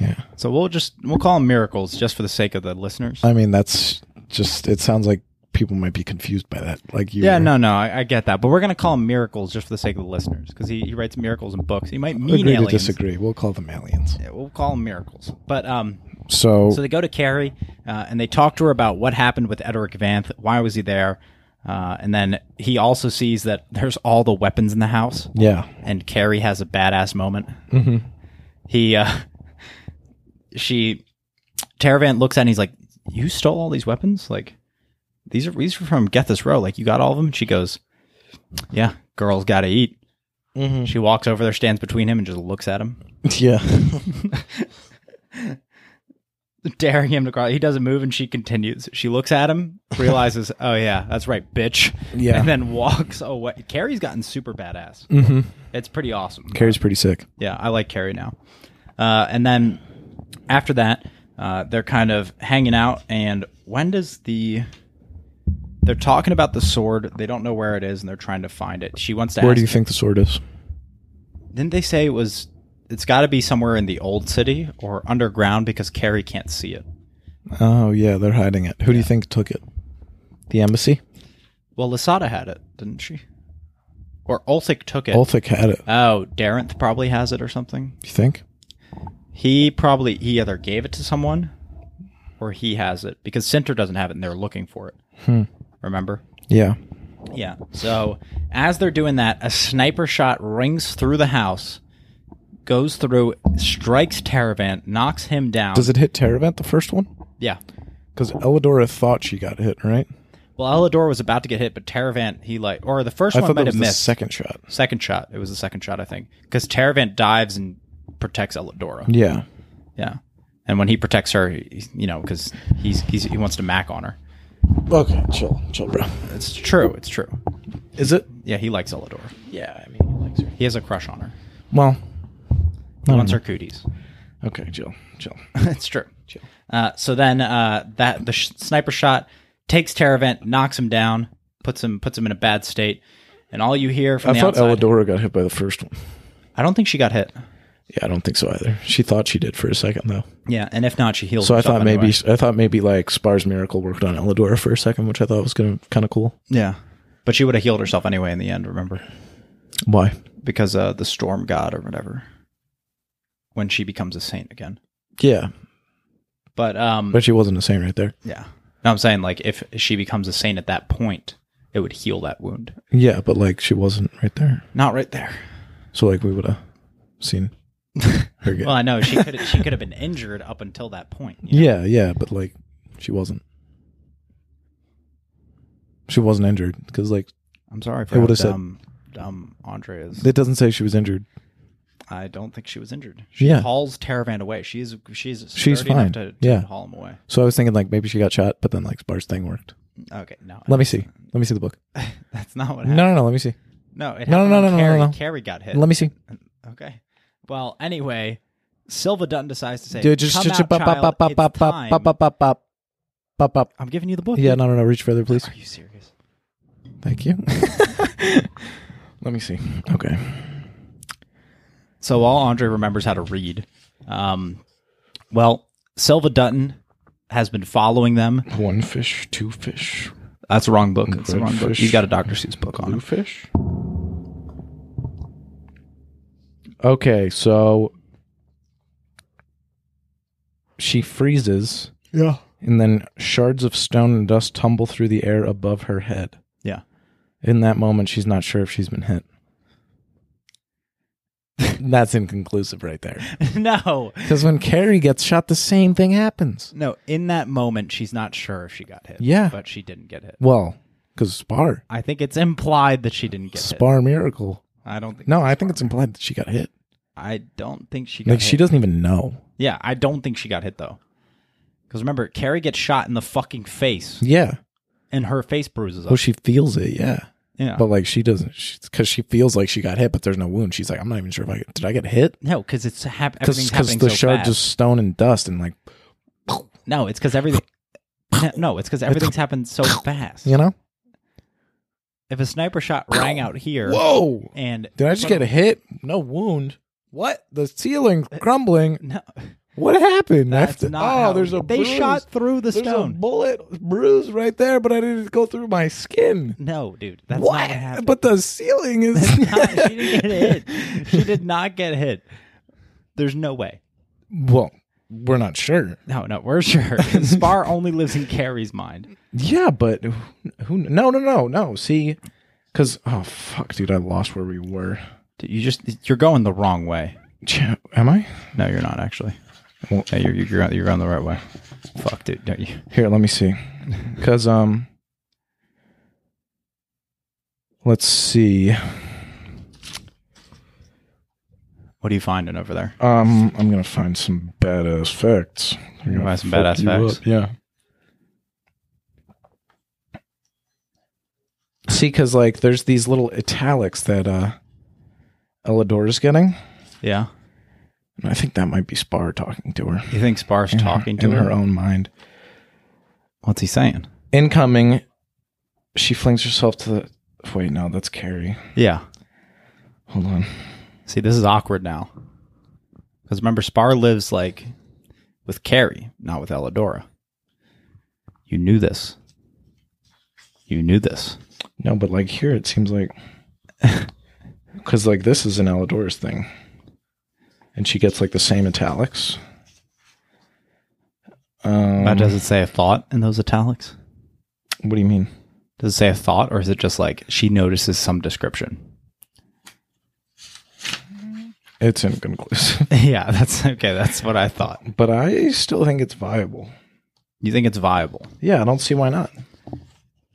[SPEAKER 2] Yeah.
[SPEAKER 1] So we'll just we'll call them miracles just for the sake of the listeners.
[SPEAKER 2] I mean that's just it sounds like people might be confused by that. Like you
[SPEAKER 1] yeah,
[SPEAKER 2] were.
[SPEAKER 1] no, no, I, I get that, but we're gonna call them miracles just for the sake of the listeners because he, he writes miracles in books. He might mean
[SPEAKER 2] agree
[SPEAKER 1] aliens.
[SPEAKER 2] to disagree. We'll call them aliens.
[SPEAKER 1] Yeah, we'll call them miracles. But um,
[SPEAKER 2] So,
[SPEAKER 1] so they go to Carrie uh, and they talk to her about what happened with Edric Vanth. Why was he there? Uh, and then he also sees that there's all the weapons in the house.
[SPEAKER 2] yeah.
[SPEAKER 1] and Carrie has a badass moment. Mm-hmm. He, uh, she, Taravant looks at it and he's like, "You stole all these weapons? Like, these are these are from Get This Row. Like, you got all of them?" And she goes, "Yeah, girls got to eat." She walks over there, stands between him, and just looks at him,
[SPEAKER 2] [laughs]
[SPEAKER 1] [laughs]
[SPEAKER 2] Yeah.
[SPEAKER 1] daring him to crawl. He doesn't move, and she continues. She looks at him, realizes, [laughs] "Oh yeah, that's right, bitch,"
[SPEAKER 2] Yeah.
[SPEAKER 1] and then walks away. Carrie's gotten super badass.
[SPEAKER 2] mhm.
[SPEAKER 1] It's pretty awesome.
[SPEAKER 2] Carrie's pretty sick.
[SPEAKER 1] Yeah, I like Carrie now. Uh, and then after that, uh, they're kind of hanging out. And when does the. They're talking about the sword. They don't know where it is and they're trying to find it. She wants to
[SPEAKER 2] Where
[SPEAKER 1] ask.
[SPEAKER 2] do you think the sword is?
[SPEAKER 1] Didn't they say it was. It's got to be somewhere in the old city or underground because Carrie can't see it.
[SPEAKER 2] Oh, yeah, they're hiding it. Who do you think took it? The embassy?
[SPEAKER 1] Well, Lasada had it, didn't she? Or Ulthic took it.
[SPEAKER 2] Ulthic had it.
[SPEAKER 1] oh, Darenth probably has it or something.
[SPEAKER 2] You think?
[SPEAKER 1] He probably he either gave it to someone or he has it because Center doesn't have it and they're looking for it.
[SPEAKER 2] Hmm.
[SPEAKER 1] Remember?
[SPEAKER 2] Yeah.
[SPEAKER 1] Yeah. So as they're doing that, a sniper shot rings through the house, goes through, strikes Taravant, knocks him down.
[SPEAKER 2] Does it hit Teravent the first one?
[SPEAKER 1] yeah.
[SPEAKER 2] Because Elidora thought she got hit, right?
[SPEAKER 1] Well, Elidor was about to get hit, but Taravant he like or the first
[SPEAKER 2] I
[SPEAKER 1] one
[SPEAKER 2] thought
[SPEAKER 1] might
[SPEAKER 2] that was
[SPEAKER 1] have
[SPEAKER 2] the
[SPEAKER 1] missed.
[SPEAKER 2] second shot.
[SPEAKER 1] second shot. It was the second shot, I think, because Taravant dives and protects Elidora.
[SPEAKER 2] Yeah.
[SPEAKER 1] Yeah. And when he protects her, he- you know, because he's, he's he wants to mac on her.
[SPEAKER 2] Okay, chill, chill, bro.
[SPEAKER 1] It's true. It's true.
[SPEAKER 2] Is it?
[SPEAKER 1] Yeah, he likes Elidor.
[SPEAKER 2] Yeah, I mean, he likes her.
[SPEAKER 1] He has a crush on her.
[SPEAKER 2] Well,
[SPEAKER 1] He wants her cooties. [laughs]
[SPEAKER 2] okay, chill, chill.
[SPEAKER 1] it's true. Uh, so then uh, that the sh- sniper shot takes Taravent, knocks him down, puts him puts him in a bad state, and all you hear from
[SPEAKER 2] I
[SPEAKER 1] the
[SPEAKER 2] thought
[SPEAKER 1] outside.
[SPEAKER 2] Elidora got hit by the first one.
[SPEAKER 1] I don't think she got hit.
[SPEAKER 2] Yeah, I don't think so either. She thought she did for a second though.
[SPEAKER 1] Yeah, and if not, she heals.
[SPEAKER 2] So I
[SPEAKER 1] herself
[SPEAKER 2] thought maybe
[SPEAKER 1] anyway.
[SPEAKER 2] I thought maybe like Spar's miracle worked on Elidora for a second, which I thought was gonna kind of cool.
[SPEAKER 1] Yeah, but she would have healed herself anyway in the end. Remember,
[SPEAKER 2] Why?
[SPEAKER 1] because uh, the storm god or whatever. When she becomes a saint again,
[SPEAKER 2] Yeah,
[SPEAKER 1] but um,
[SPEAKER 2] but she wasn't the same right there.
[SPEAKER 1] yeah, no, I'm saying like if she becomes a saint at that point, it would heal that wound.
[SPEAKER 2] Yeah, but like she wasn't right there.
[SPEAKER 1] Not right there.
[SPEAKER 2] So like we would have seen
[SPEAKER 1] [laughs]
[SPEAKER 2] her get.
[SPEAKER 1] Well, I know she could she could have been injured up until that point. you know?
[SPEAKER 2] yeah, yeah, but like she wasn't. She wasn't injured because like
[SPEAKER 1] I'm sorry
[SPEAKER 2] I
[SPEAKER 1] for how
[SPEAKER 2] would've said-
[SPEAKER 1] dumb, dumb Andre is.
[SPEAKER 2] it doesn't say she was injured.
[SPEAKER 1] I don't think she was injured. She
[SPEAKER 2] Yeah.
[SPEAKER 1] hauls Taravan away. She's she's
[SPEAKER 2] She's
[SPEAKER 1] sturdy enough
[SPEAKER 2] fine.
[SPEAKER 1] To, to
[SPEAKER 2] Yeah.
[SPEAKER 1] haul him away.
[SPEAKER 2] So I was thinking like maybe she got shot, but then like Spar's thing worked.
[SPEAKER 1] Okay, no,
[SPEAKER 2] Let me see. Let me see the book.
[SPEAKER 1] [laughs] that's not what
[SPEAKER 2] No,
[SPEAKER 1] happened.
[SPEAKER 2] no, no. Let me see.
[SPEAKER 1] No, it
[SPEAKER 2] No,
[SPEAKER 1] happened
[SPEAKER 2] no,
[SPEAKER 1] when
[SPEAKER 2] no, no, no,
[SPEAKER 1] Carrie,
[SPEAKER 2] no.
[SPEAKER 1] Carrie got hit.
[SPEAKER 2] Let me see.
[SPEAKER 1] okay. Well, anyway, Silva Dutton decides to say,
[SPEAKER 2] Dude, just
[SPEAKER 1] uh, "Come
[SPEAKER 2] just
[SPEAKER 1] out,
[SPEAKER 2] pop, pop,
[SPEAKER 1] child,
[SPEAKER 2] pop, pop,
[SPEAKER 1] it's
[SPEAKER 2] pop,
[SPEAKER 1] time."
[SPEAKER 2] pop, pop, pop, pop, pop, pop.
[SPEAKER 1] I'm giving you the book.
[SPEAKER 2] Yeah, no, no, no. Reach further, please.
[SPEAKER 1] Are you serious?
[SPEAKER 2] Thank
[SPEAKER 1] [laughs]
[SPEAKER 2] you. Let me see. Okay.
[SPEAKER 1] So all Andre remembers how to read. Um, well, Silva Dutton has been following them.
[SPEAKER 2] One fish, two fish,
[SPEAKER 1] That's the wrong book. It's the wrong book.
[SPEAKER 2] Redfish.
[SPEAKER 1] He's got a Dr. Seuss book on. him.
[SPEAKER 2] fish. Okay, so she freezes.
[SPEAKER 1] Yeah.
[SPEAKER 2] and then shards of stone and dust tumble through the air above her head.
[SPEAKER 1] Yeah. [laughs]
[SPEAKER 2] In that moment, she's not sure if she's been hit. [laughs] That's inconclusive right there.
[SPEAKER 1] no.
[SPEAKER 2] Because when Carrie gets shot, the same thing happens.
[SPEAKER 1] No, in that moment, she's not sure if she got hit.
[SPEAKER 2] Yeah.
[SPEAKER 1] But she didn't get hit.
[SPEAKER 2] Well, because Spar.
[SPEAKER 1] I think it's implied that she didn't get hit.
[SPEAKER 2] Spar miracle.
[SPEAKER 1] I don't think.
[SPEAKER 2] No, I think it's implied that she got hit.
[SPEAKER 1] I don't think she got
[SPEAKER 2] Like,
[SPEAKER 1] hit.
[SPEAKER 2] she doesn't even know.
[SPEAKER 1] yeah, I don't think she got hit, though. Because remember, Carrie gets shot in the fucking face,
[SPEAKER 2] Yeah.
[SPEAKER 1] and her face bruises up.
[SPEAKER 2] Well, she feels it. Yeah.
[SPEAKER 1] yeah.
[SPEAKER 2] But, like, she doesn't. Because she, feels like she got hit, but there's no wound. She's like, I'm not even sure if I get, did I get hit?
[SPEAKER 1] no, because it's hap- everything's
[SPEAKER 2] Because
[SPEAKER 1] happening
[SPEAKER 2] the
[SPEAKER 1] so
[SPEAKER 2] shards
[SPEAKER 1] fast.
[SPEAKER 2] of stone and dust and, like,
[SPEAKER 1] No, it's
[SPEAKER 2] [coughs]
[SPEAKER 1] because everything. No, No, it's because everything's happened so fast.
[SPEAKER 2] you know?
[SPEAKER 1] If a sniper shot rang out here,
[SPEAKER 2] Whoa.
[SPEAKER 1] and
[SPEAKER 2] Did I just get a hit? No wound. What? The ceiling crumbling. [laughs]
[SPEAKER 1] no,
[SPEAKER 2] What happened? I
[SPEAKER 1] that's
[SPEAKER 2] have to-
[SPEAKER 1] not.
[SPEAKER 2] oh,
[SPEAKER 1] how-
[SPEAKER 2] there's a
[SPEAKER 1] they
[SPEAKER 2] bruise.
[SPEAKER 1] shot through the
[SPEAKER 2] there's a
[SPEAKER 1] stone.
[SPEAKER 2] bullet bruise right there, but I didn't go through my skin.
[SPEAKER 1] No, dude, that's
[SPEAKER 2] what?
[SPEAKER 1] not
[SPEAKER 2] [laughs]
[SPEAKER 1] what happened.
[SPEAKER 2] But the ceiling is.
[SPEAKER 1] she didn't
[SPEAKER 2] [laughs]
[SPEAKER 1] get hit. She did not get hit. There's no way.
[SPEAKER 2] well, we're not sure.
[SPEAKER 1] No, no, we're sure. [laughs] Spar only lives in Carrie's mind.
[SPEAKER 2] Yeah, but who? who no, no, no, no. See, because oh fuck, dude, I lost where we were.
[SPEAKER 1] Dude, you just you're going the wrong way.
[SPEAKER 2] Ch- Am I?
[SPEAKER 1] No, you're not actually. No, you're you're you're going the right way. Fuck, dude, don't you?
[SPEAKER 2] Here, let me
[SPEAKER 1] [laughs]
[SPEAKER 2] see. Because, um, let's see.
[SPEAKER 1] What are you finding over there?
[SPEAKER 2] Um, I'm gonna find some badass facts. I'm
[SPEAKER 1] gonna find some badass
[SPEAKER 2] fuck you
[SPEAKER 1] facts?
[SPEAKER 2] up, Yeah. See, because like there's these little italics that uh, Elidora's getting,
[SPEAKER 1] Yeah,
[SPEAKER 2] and I think that might be Spar talking to her
[SPEAKER 1] you think Spar's talking to
[SPEAKER 2] in
[SPEAKER 1] her?
[SPEAKER 2] her own mind.
[SPEAKER 1] What's he saying?
[SPEAKER 2] Incoming, she flings herself to the. Wait, no, that's Carrie.
[SPEAKER 1] Yeah.
[SPEAKER 2] Hold on.
[SPEAKER 1] See, this is awkward now. Because remember, Spar lives like with Carrie, not with Elidora. You knew this. You knew this.
[SPEAKER 2] No, but like [laughs] here, it seems like because like this is an Elidora's thing. and she gets like the same italics. Um,
[SPEAKER 1] But does it say a thought in those italics?
[SPEAKER 2] what do you mean?
[SPEAKER 1] Does it say a thought, or is it just like she notices some description? [laughs]
[SPEAKER 2] It's inconclusive, [laughs]
[SPEAKER 1] yeah, that's okay. That's what I thought.
[SPEAKER 2] but I still think it's viable.
[SPEAKER 1] You think it's viable?
[SPEAKER 2] Yeah, I don't see why not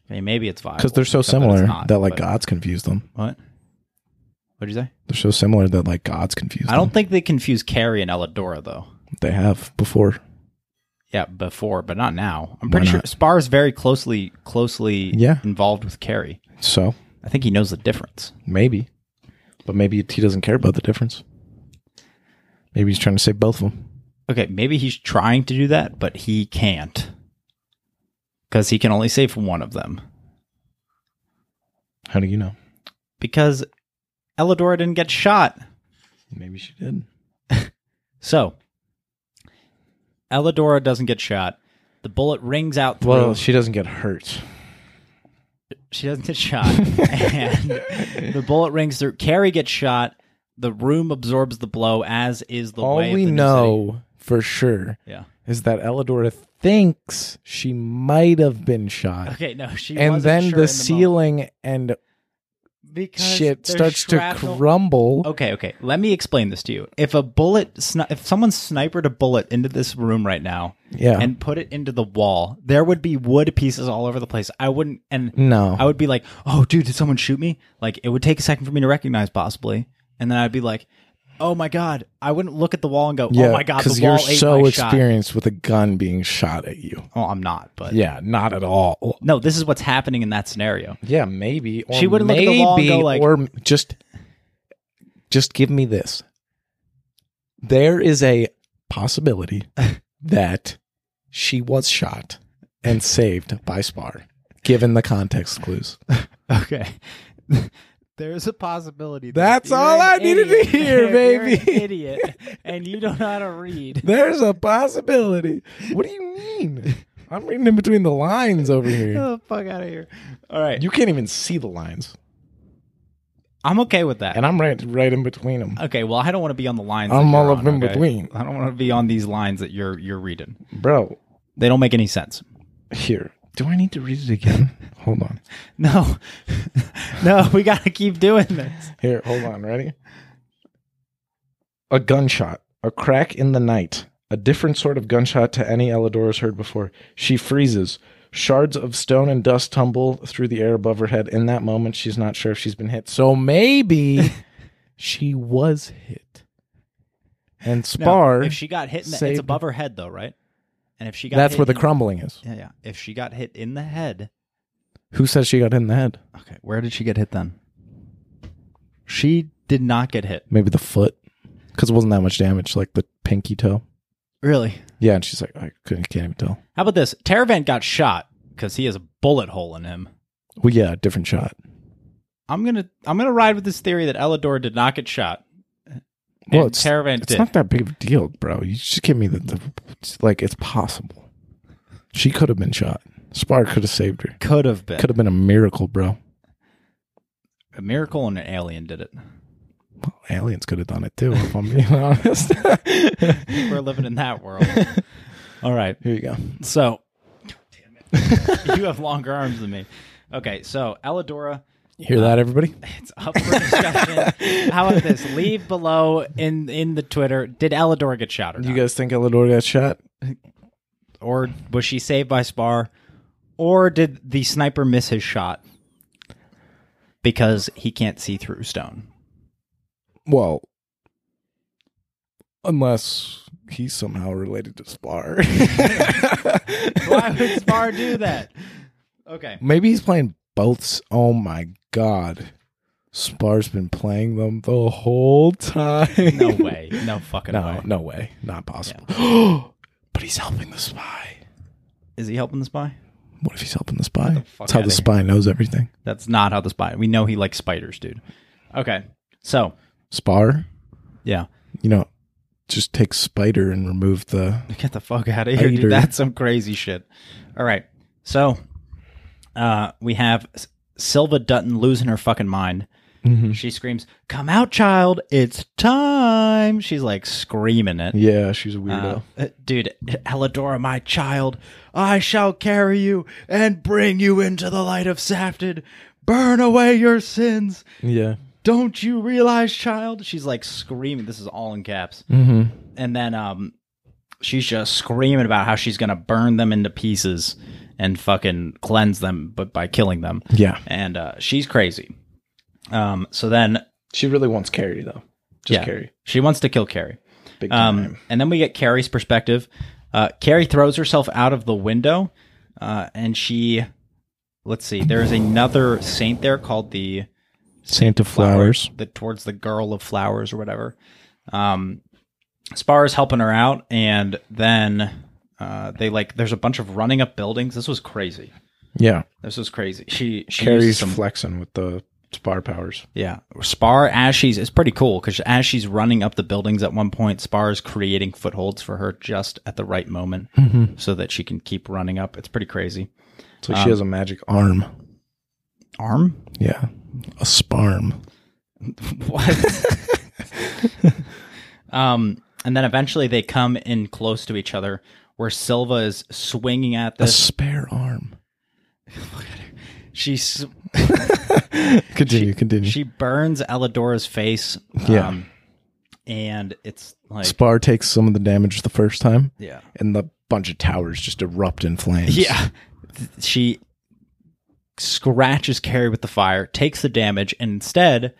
[SPEAKER 1] Okay, maybe it's viable
[SPEAKER 2] because they're so
[SPEAKER 1] except that it's
[SPEAKER 2] similar
[SPEAKER 1] not,
[SPEAKER 2] that like
[SPEAKER 1] but-
[SPEAKER 2] gods confuse them.
[SPEAKER 1] What? What'd you say?
[SPEAKER 2] They're so similar that like gods confuse.
[SPEAKER 1] I don't think they confuse Carrie and Elidora though.
[SPEAKER 2] them. They have before.
[SPEAKER 1] Yeah, before, but not now. I'm pretty sure
[SPEAKER 2] not?
[SPEAKER 1] Spar is very closely closely
[SPEAKER 2] Yeah.
[SPEAKER 1] involved with Carrie.
[SPEAKER 2] So
[SPEAKER 1] I think he knows the difference.
[SPEAKER 2] maybe, but maybe he doesn't care about the difference. Maybe he's trying to save both of them.
[SPEAKER 1] Okay, maybe he's trying to do that, but he can't. Because he can only save one of them.
[SPEAKER 2] How do you know?
[SPEAKER 1] Because Elidora didn't get shot.
[SPEAKER 2] Maybe she did.
[SPEAKER 1] So Elidora doesn't get shot. The bullet rings out through
[SPEAKER 2] Well, she doesn't get hurt.
[SPEAKER 1] [laughs] she doesn't get shot. and the bullet rings through Carrie gets shot. The room absorbs the blow, as is the
[SPEAKER 2] All
[SPEAKER 1] way of
[SPEAKER 2] we
[SPEAKER 1] the new
[SPEAKER 2] know for sure
[SPEAKER 1] city. Yeah.
[SPEAKER 2] is that Elidora thinks she might have been shot.
[SPEAKER 1] Okay, no, she
[SPEAKER 2] and
[SPEAKER 1] wasn't
[SPEAKER 2] then
[SPEAKER 1] sure in
[SPEAKER 2] the,
[SPEAKER 1] moment.
[SPEAKER 2] ceiling and
[SPEAKER 1] because
[SPEAKER 2] shit
[SPEAKER 1] they're
[SPEAKER 2] starts to
[SPEAKER 1] shrapnel- Oh,
[SPEAKER 2] crumble.
[SPEAKER 1] Okay, okay. Let me explain this to you. If a bullet, sni- if someone snipered a bullet into this room right now
[SPEAKER 2] Yeah.
[SPEAKER 1] and put it into the wall, there would be wood pieces all over the place. I wouldn't, and
[SPEAKER 2] no.
[SPEAKER 1] I would be like, "Oh, dude, did someone shoot me?" Like it would take a second for me to recognize, possibly, and then I'd be like, "Oh my god!" I wouldn't look at the wall and go, "Oh my god!"
[SPEAKER 2] because
[SPEAKER 1] The
[SPEAKER 2] you're
[SPEAKER 1] wall ate
[SPEAKER 2] so
[SPEAKER 1] my
[SPEAKER 2] experienced with a gun being shot at you.
[SPEAKER 1] shot. Oh, I'm not, but
[SPEAKER 2] Yeah, not at all.
[SPEAKER 1] no, this is what's happening in that scenario.
[SPEAKER 2] Yeah, maybe. Or
[SPEAKER 1] She wouldn't look at the wall and go
[SPEAKER 2] maybe,
[SPEAKER 1] like-
[SPEAKER 2] or m- just, just give me this. There is a [laughs] possibility that she was shot and saved by Spar, given the context clues.
[SPEAKER 1] Okay. [laughs] There's a possibility. that
[SPEAKER 2] That's
[SPEAKER 1] if you're
[SPEAKER 2] all
[SPEAKER 1] an
[SPEAKER 2] I needed to
[SPEAKER 1] idiot-
[SPEAKER 2] hear,
[SPEAKER 1] if [laughs] you're an
[SPEAKER 2] baby.
[SPEAKER 1] idiot, and you don't know how
[SPEAKER 2] [laughs]
[SPEAKER 1] to read.
[SPEAKER 2] [laughs] There's a possibility. What do you mean? I'm reading in between the lines over
[SPEAKER 1] Get
[SPEAKER 2] here.
[SPEAKER 1] the fuck out of here. All
[SPEAKER 2] [laughs]
[SPEAKER 1] right,
[SPEAKER 2] You can't even see the lines,
[SPEAKER 1] I'm okay with that.
[SPEAKER 2] and I'm right, right in between them.
[SPEAKER 1] Okay, well, I don't want to be on the lines.
[SPEAKER 2] I'm
[SPEAKER 1] that you're
[SPEAKER 2] all up
[SPEAKER 1] on,
[SPEAKER 2] in
[SPEAKER 1] okay?
[SPEAKER 2] between.
[SPEAKER 1] I don't want to be on these lines that you're you're reading.
[SPEAKER 2] Bro,
[SPEAKER 1] They don't make any sense. [laughs]
[SPEAKER 2] here. Do I need to read it again? [laughs] Hold on.
[SPEAKER 1] No, [laughs] no, we got to keep doing this.
[SPEAKER 2] Here, hold on. Ready? A gunshot, a crack in the night, a different sort of gunshot to any Elidora's heard before. She freezes. Shards of stone and dust tumble through the air above her head. In that moment, she's not sure if she's been hit. So
[SPEAKER 1] [laughs]
[SPEAKER 2] maybe she was hit. And
[SPEAKER 1] No,
[SPEAKER 2] Spar,
[SPEAKER 1] if she got hit, in the, it's
[SPEAKER 2] saved-
[SPEAKER 1] above her head though, right? And if she got
[SPEAKER 2] that's
[SPEAKER 1] hit
[SPEAKER 2] where the
[SPEAKER 1] in-
[SPEAKER 2] crumbling is.
[SPEAKER 1] Yeah, yeah. If she got hit in the head,
[SPEAKER 2] Who says she got hit in the head?
[SPEAKER 1] okay, where did she get hit then? She did not get hit.
[SPEAKER 2] Maybe the foot. Because it wasn't that much damage, like the pinky toe.
[SPEAKER 1] Really?
[SPEAKER 2] Yeah, and she's like, I couldn't, can't even tell.
[SPEAKER 1] How about this? Teravant got shot because he has a bullet hole in him.
[SPEAKER 2] Well, yeah, different shot.
[SPEAKER 1] I'm gonna I'm gonna ride with this theory that Elidor did not get shot. And
[SPEAKER 2] Well, it's-
[SPEAKER 1] Teravant
[SPEAKER 2] It's
[SPEAKER 1] did.
[SPEAKER 2] not that big of a deal, bro. You just give me the, the it's like it's possible. She could have been shot. Spar could have saved her.
[SPEAKER 1] Could have been.
[SPEAKER 2] Could have been a miracle, bro.
[SPEAKER 1] A miracle and an alien did it.
[SPEAKER 2] Well, aliens could have done it too, if I'm being [laughs] honest. Here
[SPEAKER 1] We're living in that world. All right.
[SPEAKER 2] you go.
[SPEAKER 1] So [laughs] you have longer arms than me. Okay, so Elidora,
[SPEAKER 2] Hear that, everybody?
[SPEAKER 1] it's up for discussion. How about this? Leave below in in the Twitter. Did Elidora get shot or
[SPEAKER 2] You
[SPEAKER 1] not?
[SPEAKER 2] guys think Elidor got shot?
[SPEAKER 1] or was she saved by Spar? Or did the sniper miss his shot because he can't see through stone?
[SPEAKER 2] Well, unless he's somehow related to Spar. [laughs]
[SPEAKER 1] Why would Spar do that? Okay.
[SPEAKER 2] Maybe he's playing both. s- Oh my god, Spar's been playing them the whole time. [laughs]
[SPEAKER 1] No way. No fucking
[SPEAKER 2] no,
[SPEAKER 1] way.
[SPEAKER 2] no way, not possible.
[SPEAKER 1] [gasps]
[SPEAKER 2] but he's helping the spy.
[SPEAKER 1] Is he helping the spy?
[SPEAKER 2] What if he's helping the spy?
[SPEAKER 1] fuck
[SPEAKER 2] That's how
[SPEAKER 1] outta
[SPEAKER 2] the
[SPEAKER 1] here.
[SPEAKER 2] spy knows everything.
[SPEAKER 1] That's not how the spy. We know he likes spiders, dude. Okay. So,
[SPEAKER 2] Spar,
[SPEAKER 1] yeah.
[SPEAKER 2] you know, just take spider and remove the.
[SPEAKER 1] [laughs] Get the fuck out of here, dude.
[SPEAKER 2] Spider.
[SPEAKER 1] That's some crazy shit. All right. So, uh, we have S- Silva Dutton losing her fucking mind.
[SPEAKER 2] Mhm.
[SPEAKER 1] She screams, "Come out, child! It's time!" She's like screaming it.
[SPEAKER 2] Yeah, she's a weirdo.
[SPEAKER 1] Uh, uh, dude, Elidora, my child, I shall carry you and bring you into the light of Safted. Burn away your sins.
[SPEAKER 2] yeah.
[SPEAKER 1] Don't you realize, child? She's like screaming. This is all in caps.
[SPEAKER 2] Mm-hmm.
[SPEAKER 1] And then um, she's just screaming about how she's going to burn them into pieces and fucking cleanse them, but by killing them.
[SPEAKER 2] Yeah.
[SPEAKER 1] And uh, she's crazy. Um, so then
[SPEAKER 2] She really wants Carrie though. Just
[SPEAKER 1] Yeah.
[SPEAKER 2] Carrie.
[SPEAKER 1] she wants to kill Carrie.
[SPEAKER 2] Big time.
[SPEAKER 1] Um, and then we get Carrie's perspective. Uh, Carrie throws herself out of the window, uh, and she, let's see, there is another saint there called the
[SPEAKER 2] Santa flowers.
[SPEAKER 1] the towards the girl of flowers or whatever. Um, Spar is helping her out, and then uh, they like there's a bunch of running up buildings. This was crazy.
[SPEAKER 2] Yeah.
[SPEAKER 1] This was crazy. She she
[SPEAKER 2] Carrie's
[SPEAKER 1] uses some
[SPEAKER 2] flexing with the spar powers.
[SPEAKER 1] yeah. Spar as she's it's pretty cool because as she's running up the buildings at one point, Spar is creating footholds for her just at the right moment so that she can keep running up. It's pretty crazy.
[SPEAKER 2] It's
[SPEAKER 1] Ah.
[SPEAKER 2] like she has a magic arm.
[SPEAKER 1] Arm?
[SPEAKER 2] Yeah. A sparm.
[SPEAKER 1] What? [laughs] um, and then eventually they come in close to each other where Silva is swinging at
[SPEAKER 2] A
[SPEAKER 1] this.
[SPEAKER 2] spare arm.
[SPEAKER 1] She's
[SPEAKER 2] Continue, continue.
[SPEAKER 1] she burns Elidora's face.
[SPEAKER 2] Yeah.
[SPEAKER 1] Um, and it's like
[SPEAKER 2] Spar takes some of the damage the first time,
[SPEAKER 1] yeah.
[SPEAKER 2] and the bunch of towers just erupt in flames.
[SPEAKER 1] Yeah. She scratches Carrie with the fire, takes the damage, and instead,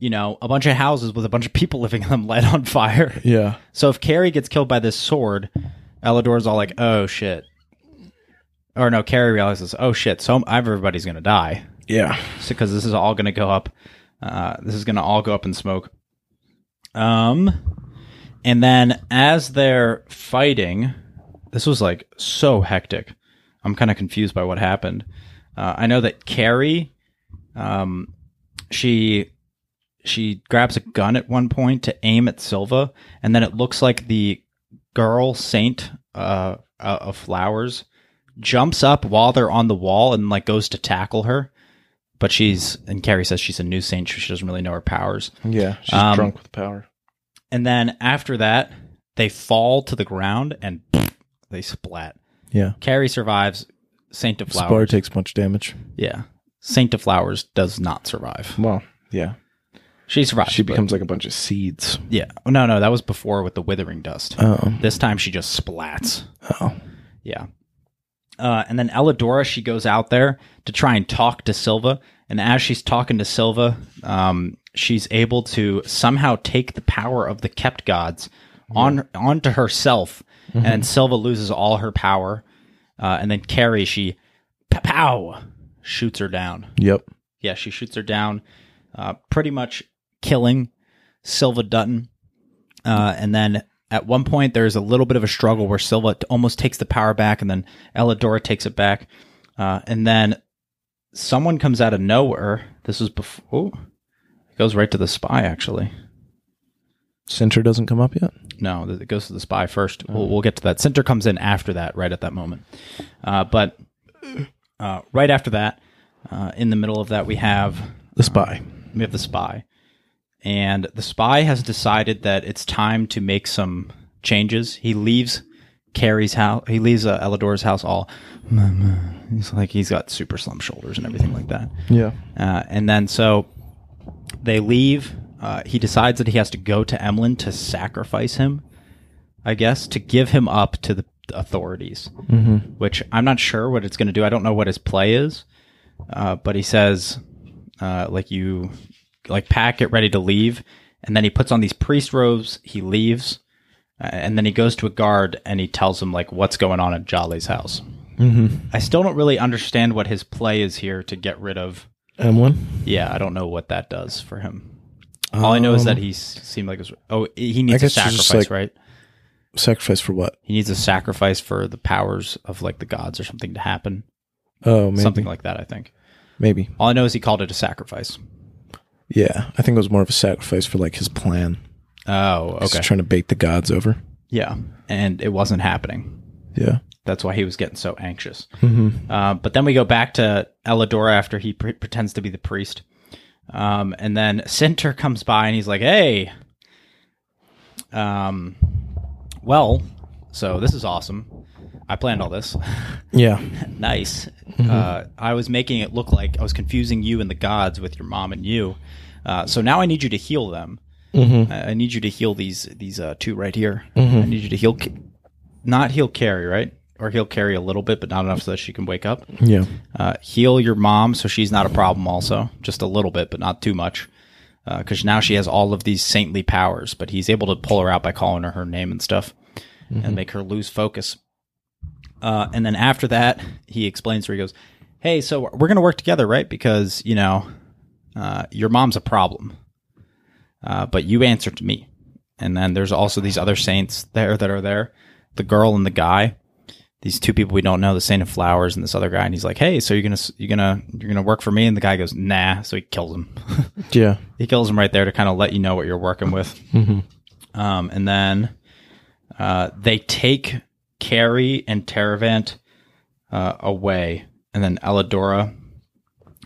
[SPEAKER 1] you know, a bunch of houses with a bunch of people living in them light on fire.
[SPEAKER 2] Yeah.
[SPEAKER 1] So if Carrie gets killed by this sword, Elidor's all like, oh shit. Or no, Carrie realizes, oh shit, so everybody's going to die
[SPEAKER 2] Yeah.
[SPEAKER 1] because this is all going to go up. Uh, this is going to all go up in smoke. Um, and then as they're fighting, this was like so hectic. I'm kind of confused by what happened. Uh, I know that Carrie, um, she she grabs a gun at one point to aim at Silva, and then it looks like the girl saint uh, uh, of flowers jumps up while they're on the wall and like goes to tackle her but she's and Carrie says she's a new saint. She doesn't really know her powers.
[SPEAKER 2] Yeah. She's
[SPEAKER 1] Um,
[SPEAKER 2] drunk with power.
[SPEAKER 1] And then after that, they fall to the ground and [laughs] they splat.
[SPEAKER 2] Yeah.
[SPEAKER 1] Carrie survives. Saint of Flowers,
[SPEAKER 2] Spar takes much damage.
[SPEAKER 1] yeah. Saint of Flowers does not survive.
[SPEAKER 2] Well, yeah.
[SPEAKER 1] She survives.
[SPEAKER 2] She
[SPEAKER 1] but-
[SPEAKER 2] becomes like a bunch of seeds.
[SPEAKER 1] yeah. Oh, No, no, that was before with the withering dust.
[SPEAKER 2] Oh.
[SPEAKER 1] This time she just splats.
[SPEAKER 2] Oh.
[SPEAKER 1] Yeah. Uh, and then Elidora, she goes out there to try and talk to Silva. And as she's talking to Silva, um, she's able to somehow take the power of the kept gods on onto herself. And then Silva loses all her power. Uh, and then Carrie, she pow, pow shoots her down.
[SPEAKER 2] Yep.
[SPEAKER 1] Yeah, she shoots her down, uh, pretty much killing Silva Dutton. Uh, and then at one point, there's a little bit of a struggle where Silva t- almost takes the power back, and then Elidora takes it back. Uh, and then someone comes out of nowhere. This was before. Oh, it goes right to the spy, actually.
[SPEAKER 2] Center doesn't come up yet.
[SPEAKER 1] No, th- it goes to the spy first. We'll, we'll get to that. Center comes in after that, right at that moment. Uh, but uh, right after that, uh, in the middle of that, we have
[SPEAKER 2] The spy.
[SPEAKER 1] we have the spy and the spy has decided that it's time to make some changes he leaves carrie's house he leaves uh, elidor's house all he's like he's got super slump shoulders and everything like that
[SPEAKER 2] Yeah.
[SPEAKER 1] uh, and then so they leave uh, he decides that he has to go to emlyn to sacrifice him i guess to give him up to the authorities which i'm not sure what it's going to do i don't know what his play is uh, but he says uh, like you like pack it ready to leave and then he puts on these priest robes he leaves uh, and then he goes to a guard and he tells him like what's going on at jolly's house
[SPEAKER 2] Mm-hmm.
[SPEAKER 1] i still don't really understand what his play is here to get rid of
[SPEAKER 2] M1.
[SPEAKER 1] yeah, I don't know what that does for him. All I know is that he s- seemed like it was, oh he needs a
[SPEAKER 2] Um, guess he's just
[SPEAKER 1] sacrifice,
[SPEAKER 2] like-
[SPEAKER 1] right?
[SPEAKER 2] Sacrifice for what?
[SPEAKER 1] He needs a sacrifice for the powers of like the gods or something to happen,
[SPEAKER 2] Oh, maybe.
[SPEAKER 1] something like that. I think.
[SPEAKER 2] Maybe.
[SPEAKER 1] All I know is he called it a sacrifice.
[SPEAKER 2] Yeah. I think it was more of a sacrifice for like his plan.
[SPEAKER 1] Oh,
[SPEAKER 2] He's
[SPEAKER 1] okay,
[SPEAKER 2] trying to bait the gods over.
[SPEAKER 1] yeah, and it wasn't happening.
[SPEAKER 2] Yeah.
[SPEAKER 1] That's why he was getting so anxious. Uh, but then we go back to Elidora after he pre- pretends to be the priest, Um, and then Center comes by and he's like, "Hey, um, well, so this is awesome. I planned all this. [laughs]
[SPEAKER 2] Yeah.
[SPEAKER 1] nice. Uh, I was making it look like I was confusing you and the gods with your mom and you. Uh, so now I need you to heal them.
[SPEAKER 2] Mm-hmm.
[SPEAKER 1] I I need you to heal these these uh, two right here. I need you to heal, Ca- not heal Carrie, right? Or heal Carrie a little bit, but not enough so that she can wake up. [laughs]
[SPEAKER 2] Yeah.
[SPEAKER 1] Uh, heal your mom so she's not a problem, also just a little bit, but not too much, because now she has all of these saintly powers. But he's able to pull her out by calling her her name and stuff, and make her lose focus. Uh, and then after that, he explains to her. He goes, "Hey, so we're going to work together, right? Because you know, uh, your mom's a problem, uh, but you answer to me." And then there's also these other saints there that are there, the girl and the guy these two people we don't know, the Saint of Flowers and this other guy, and he's like, "Hey, so you're gonna you're gonna you're gonna work for me?" And the guy goes, "Nah," so he kills him. [laughs]
[SPEAKER 2] Yeah.
[SPEAKER 1] he kills him right there to kind of let you know what you're working with. Um, and then uh, they take Carrie and Teravant uh, away, and then Elidora.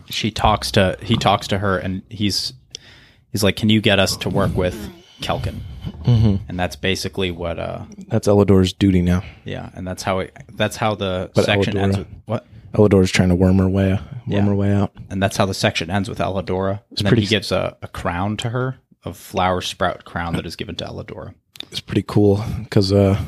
[SPEAKER 1] She talks to he talks to her, and he's he's like, "Can you get us to work with Kelkin?" And that's basically what uh
[SPEAKER 2] That's Elidor's duty now.
[SPEAKER 1] yeah, and that's how it that's how the section
[SPEAKER 2] Elidora-
[SPEAKER 1] ends with what.
[SPEAKER 2] Elidor's trying to worm her way, worm
[SPEAKER 1] Yeah.
[SPEAKER 2] her way out.
[SPEAKER 1] and that's how the section ends with Elidora. and then
[SPEAKER 2] pretty
[SPEAKER 1] he gives a, a crown to her, a flower sprout crown that is given to Elidora.
[SPEAKER 2] It's pretty cool because uh,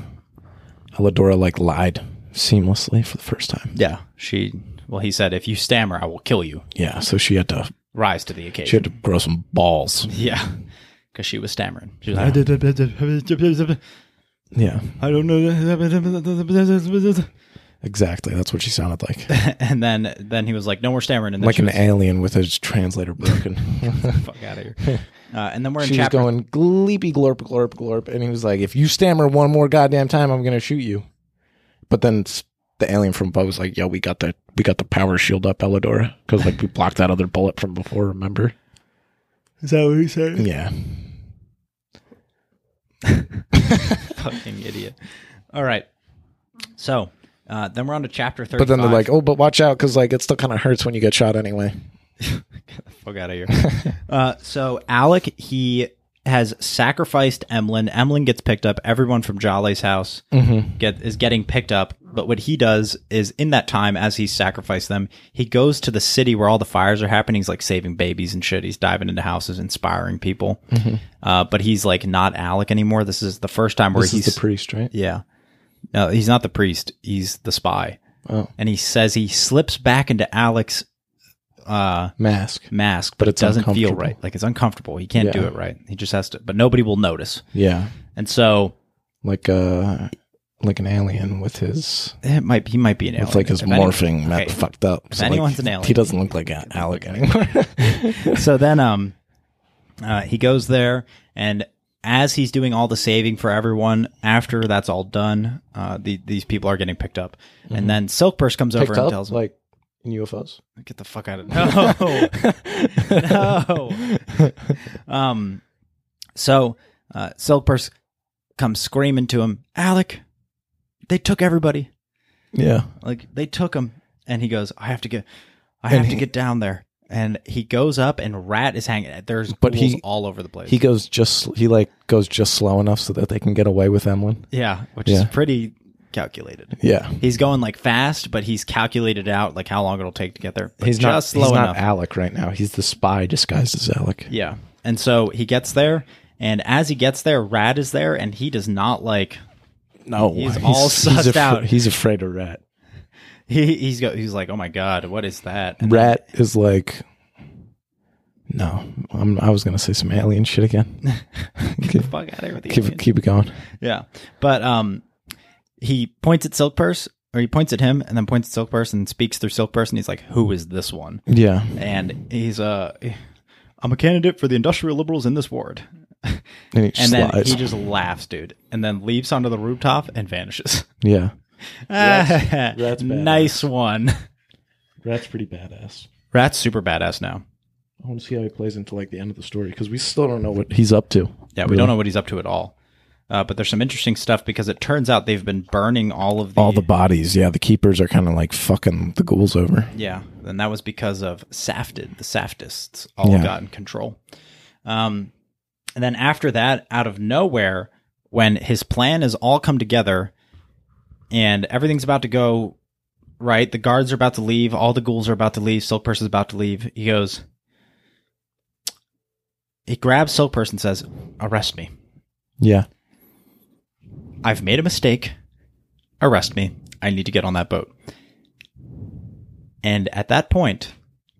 [SPEAKER 2] Elidora like lied seamlessly for the first time.
[SPEAKER 1] Yeah. She, well, he said, if you stammer, I will kill you.
[SPEAKER 2] Yeah, so she had to
[SPEAKER 1] Rise to the
[SPEAKER 2] she had
[SPEAKER 1] occasion.
[SPEAKER 2] to grow some balls.
[SPEAKER 1] yeah. Because she was stammering. She was like,
[SPEAKER 2] Yeah,
[SPEAKER 1] I don't know.
[SPEAKER 2] exactly. That's what she sounded like,
[SPEAKER 1] And then, then he was like, no more stammering. And then
[SPEAKER 2] like
[SPEAKER 1] she
[SPEAKER 2] an
[SPEAKER 1] was,
[SPEAKER 2] alien with his translator broken.
[SPEAKER 1] [laughs] fuck out of
[SPEAKER 2] [laughs]
[SPEAKER 1] here. Uh, and then we're in
[SPEAKER 2] she was
[SPEAKER 1] chapter.
[SPEAKER 2] going gleepy glorp glorp glorp, and he was like, "If you stammer one more goddamn time, I'm gonna shoot you." But then s- the alien from above was like, "Yo, we got the we got the power shield up, Elidora, because like we blocked that other bullet from before. Remember?"
[SPEAKER 1] Is that what he said?
[SPEAKER 2] Yeah.
[SPEAKER 1] [laughs] Fucking idiot. All right. So, uh, then we're on to chapter 35.
[SPEAKER 2] But then they're like, oh, but watch out because like it still kind of hurts when you get shot anyway.
[SPEAKER 1] fuck out of here. [laughs] uh, so Alec, he has sacrificed Emlyn. Emlyn gets picked up. Everyone from Jolly's house
[SPEAKER 2] Mm-hmm.
[SPEAKER 1] get is getting picked up. But what he does is, in that time, as he sacrificed them, he goes to the city where all the fires are happening. He's like saving babies and shit. He's diving into houses, inspiring people.
[SPEAKER 2] Mm-hmm.
[SPEAKER 1] Uh, but he's like not Alec anymore. This is the first time where
[SPEAKER 2] This
[SPEAKER 1] he's
[SPEAKER 2] is the priest, right?
[SPEAKER 1] yeah. No, he's not the priest. He's the spy.
[SPEAKER 2] Oh.
[SPEAKER 1] And he says he slips back into Alec's uh,
[SPEAKER 2] Mask.
[SPEAKER 1] mask, but, it
[SPEAKER 2] it's
[SPEAKER 1] doesn't feel
[SPEAKER 2] uncomfortable.
[SPEAKER 1] right. Like it's uncomfortable. He can't do
[SPEAKER 2] Yeah.
[SPEAKER 1] it right. He just has to, but nobody will notice.
[SPEAKER 2] Yeah,
[SPEAKER 1] And so
[SPEAKER 2] like uh, like an alien with his
[SPEAKER 1] it might he might be an alien.
[SPEAKER 2] with like his
[SPEAKER 1] Oh, If any-
[SPEAKER 2] morphing map
[SPEAKER 1] okay.
[SPEAKER 2] fucked up. So like,
[SPEAKER 1] anyone's an alien-
[SPEAKER 2] he doesn't look like an Alec anymore.
[SPEAKER 1] [laughs]
[SPEAKER 2] [laughs]
[SPEAKER 1] so then um uh, he goes there and as he's doing all the saving for everyone after that's all done uh, the, these people are getting picked up and then silkpurse comes over
[SPEAKER 2] Mm-hmm. Picked
[SPEAKER 1] and
[SPEAKER 2] up
[SPEAKER 1] tells him
[SPEAKER 2] like in UFOs.
[SPEAKER 1] get the fuck out of no [laughs] no um so uh silkpurse comes screaming to him alec they took everybody
[SPEAKER 2] [laughs] Yeah,
[SPEAKER 1] like they took him and he goes i have to get i have to get down there and he goes up and rat is hanging there's
[SPEAKER 2] But
[SPEAKER 1] ghouls
[SPEAKER 2] he-
[SPEAKER 1] all over the place
[SPEAKER 2] he goes just he like goes just slow enough so that they can get away with Emlyn.
[SPEAKER 1] yeah which is
[SPEAKER 2] Yeah.
[SPEAKER 1] pretty calculated
[SPEAKER 2] Yeah,
[SPEAKER 1] he's going like fast but he's calculated out like how long it'll take to get there but
[SPEAKER 2] he's
[SPEAKER 1] just
[SPEAKER 2] not
[SPEAKER 1] slow
[SPEAKER 2] he's
[SPEAKER 1] enough
[SPEAKER 2] not Alec right now. He's the spy disguised as Alec.
[SPEAKER 1] yeah and so he gets there and as he gets there rat is there and he does not like
[SPEAKER 2] No,
[SPEAKER 1] He's all sussed
[SPEAKER 2] afra-
[SPEAKER 1] out.
[SPEAKER 2] He's afraid of rat.
[SPEAKER 1] he, he's go he's like oh my god what is that and
[SPEAKER 2] Rat is like, no, I'm, I was gonna say some alien shit
[SPEAKER 1] [laughs]
[SPEAKER 2] again.
[SPEAKER 1] get the fuck out of here with the
[SPEAKER 2] keep
[SPEAKER 1] alien.
[SPEAKER 2] keep it going.
[SPEAKER 1] Yeah. But um he points at Silkpurse or he points at him and then points at Silkpurse and speaks through Silkpurse and he's like, Who is this one?
[SPEAKER 2] Yeah,
[SPEAKER 1] And he's uh I'm a candidate for the industrial liberals in this ward.
[SPEAKER 2] and he
[SPEAKER 1] And
[SPEAKER 2] just
[SPEAKER 1] then
[SPEAKER 2] lies.
[SPEAKER 1] he just laughs, dude, and then leaps onto the rooftop
[SPEAKER 2] [laughs]
[SPEAKER 1] and vanishes.
[SPEAKER 2] yeah,
[SPEAKER 1] [laughs]
[SPEAKER 2] Rat's badass.
[SPEAKER 1] nice one.
[SPEAKER 2] rat's pretty badass.
[SPEAKER 1] Rat's super badass now.
[SPEAKER 2] I want to see how he plays into like the end of the story because we still don't know what he's up to.
[SPEAKER 1] Yeah, we don't know what he's up to at all. Uh, but there's some interesting stuff because it turns out they've been burning all of the,
[SPEAKER 2] All the bodies, yeah. The keepers are kind of like fucking the ghouls over.
[SPEAKER 1] yeah, and that was because of Safted. The Saftists all
[SPEAKER 2] Yeah.
[SPEAKER 1] got in control. Um, and then after that, out of nowhere, when his plan has all come together and everything's about to go right, the guards are about to leave, all the ghouls are about to leave, Silk Person's about to leave. He goes, he grabs Silk Person, and says, "Arrest me."
[SPEAKER 2] Yeah,
[SPEAKER 1] I've made a mistake. Arrest me. I need to get on that boat. And at that point,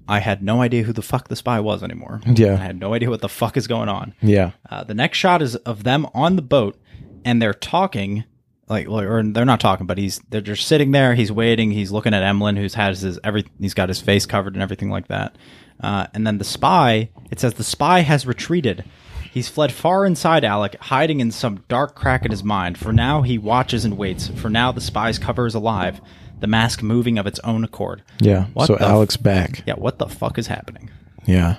[SPEAKER 1] I had no idea who the fuck the spy was anymore.
[SPEAKER 2] Yeah.
[SPEAKER 1] I had no idea what the fuck is going on.
[SPEAKER 2] yeah,
[SPEAKER 1] Uh, the next shot is of them on the boat and they're talking. Like, well, or they're not talking, but he's they're just sitting there. He's waiting. He's looking at Emlyn, who's has his every. He's got his face covered and everything like that. Uh, and then the spy. It says the spy has retreated. He's fled far inside Alec, hiding in some dark crack in his mind. For now, he watches and waits. For now, the spy's cover is alive, the mask moving of its own accord.
[SPEAKER 2] yeah.
[SPEAKER 1] What
[SPEAKER 2] so
[SPEAKER 1] the f-
[SPEAKER 2] Alex back.
[SPEAKER 1] Yeah, what the fuck is happening?
[SPEAKER 2] Yeah.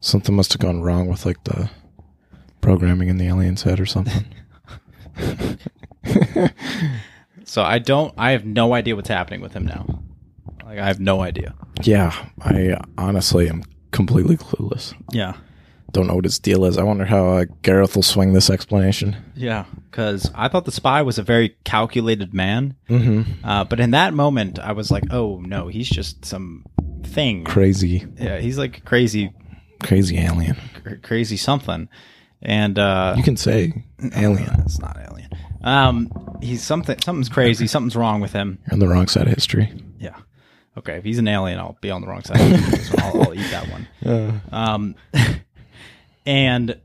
[SPEAKER 2] Something must have gone wrong with like the programming in the alien's head or [laughs] something.
[SPEAKER 1] So I don't. I have no idea what's happening with him now. Like I have no idea.
[SPEAKER 2] yeah, I honestly am completely clueless.
[SPEAKER 1] Yeah.
[SPEAKER 2] Don't know what his deal is. I wonder how uh, Gareth will swing this explanation.
[SPEAKER 1] Yeah, because I thought the spy was a very calculated man. Mm-hmm. Uh, but in that moment, I was like, oh no, he's just some thing.
[SPEAKER 2] Crazy,
[SPEAKER 1] yeah, he's like crazy,
[SPEAKER 2] crazy alien.
[SPEAKER 1] cr- crazy something. And uh,
[SPEAKER 2] You can say alien.
[SPEAKER 1] [laughs] it's not alien. Um, he's something. Something's crazy. Something's wrong with him.
[SPEAKER 2] You're on the wrong side of history.
[SPEAKER 1] Yeah. Okay, if he's an alien, I'll be on the wrong side. So I'll, I'll eat that one. Um, and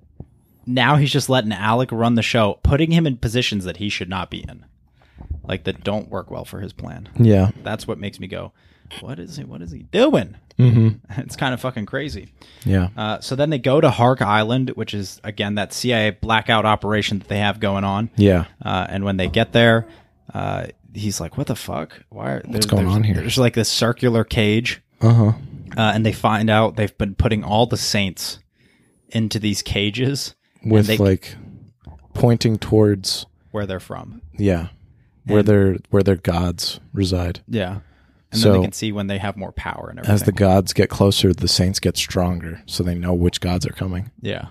[SPEAKER 1] now he's just letting Alec run the show, putting him in positions that he should not be in, like that don't work well for his plan.
[SPEAKER 2] Yeah.
[SPEAKER 1] That's what makes me go, "What is he? What is he doing?" Mm-hmm. [laughs] It's kind of fucking crazy.
[SPEAKER 2] Yeah.
[SPEAKER 1] Uh, so then they go to Hark Island, which is again that CIA blackout operation that they have going on.
[SPEAKER 2] yeah.
[SPEAKER 1] Uh, and when they get there, uh, he's like, "What the fuck? Why? Are, What's
[SPEAKER 2] going on here?"
[SPEAKER 1] There's like this circular cage,
[SPEAKER 2] Uh huh.
[SPEAKER 1] uh, and they find out they've been putting all the saints into these cages
[SPEAKER 2] With
[SPEAKER 1] they-
[SPEAKER 2] like pointing towards
[SPEAKER 1] where they're from.
[SPEAKER 2] yeah, where
[SPEAKER 1] And-
[SPEAKER 2] their where their gods reside.
[SPEAKER 1] Yeah, and then
[SPEAKER 2] So-
[SPEAKER 1] they can see when they have more power and everything.
[SPEAKER 2] As the gods get closer, the saints get stronger, so they know which gods are coming.
[SPEAKER 1] yeah,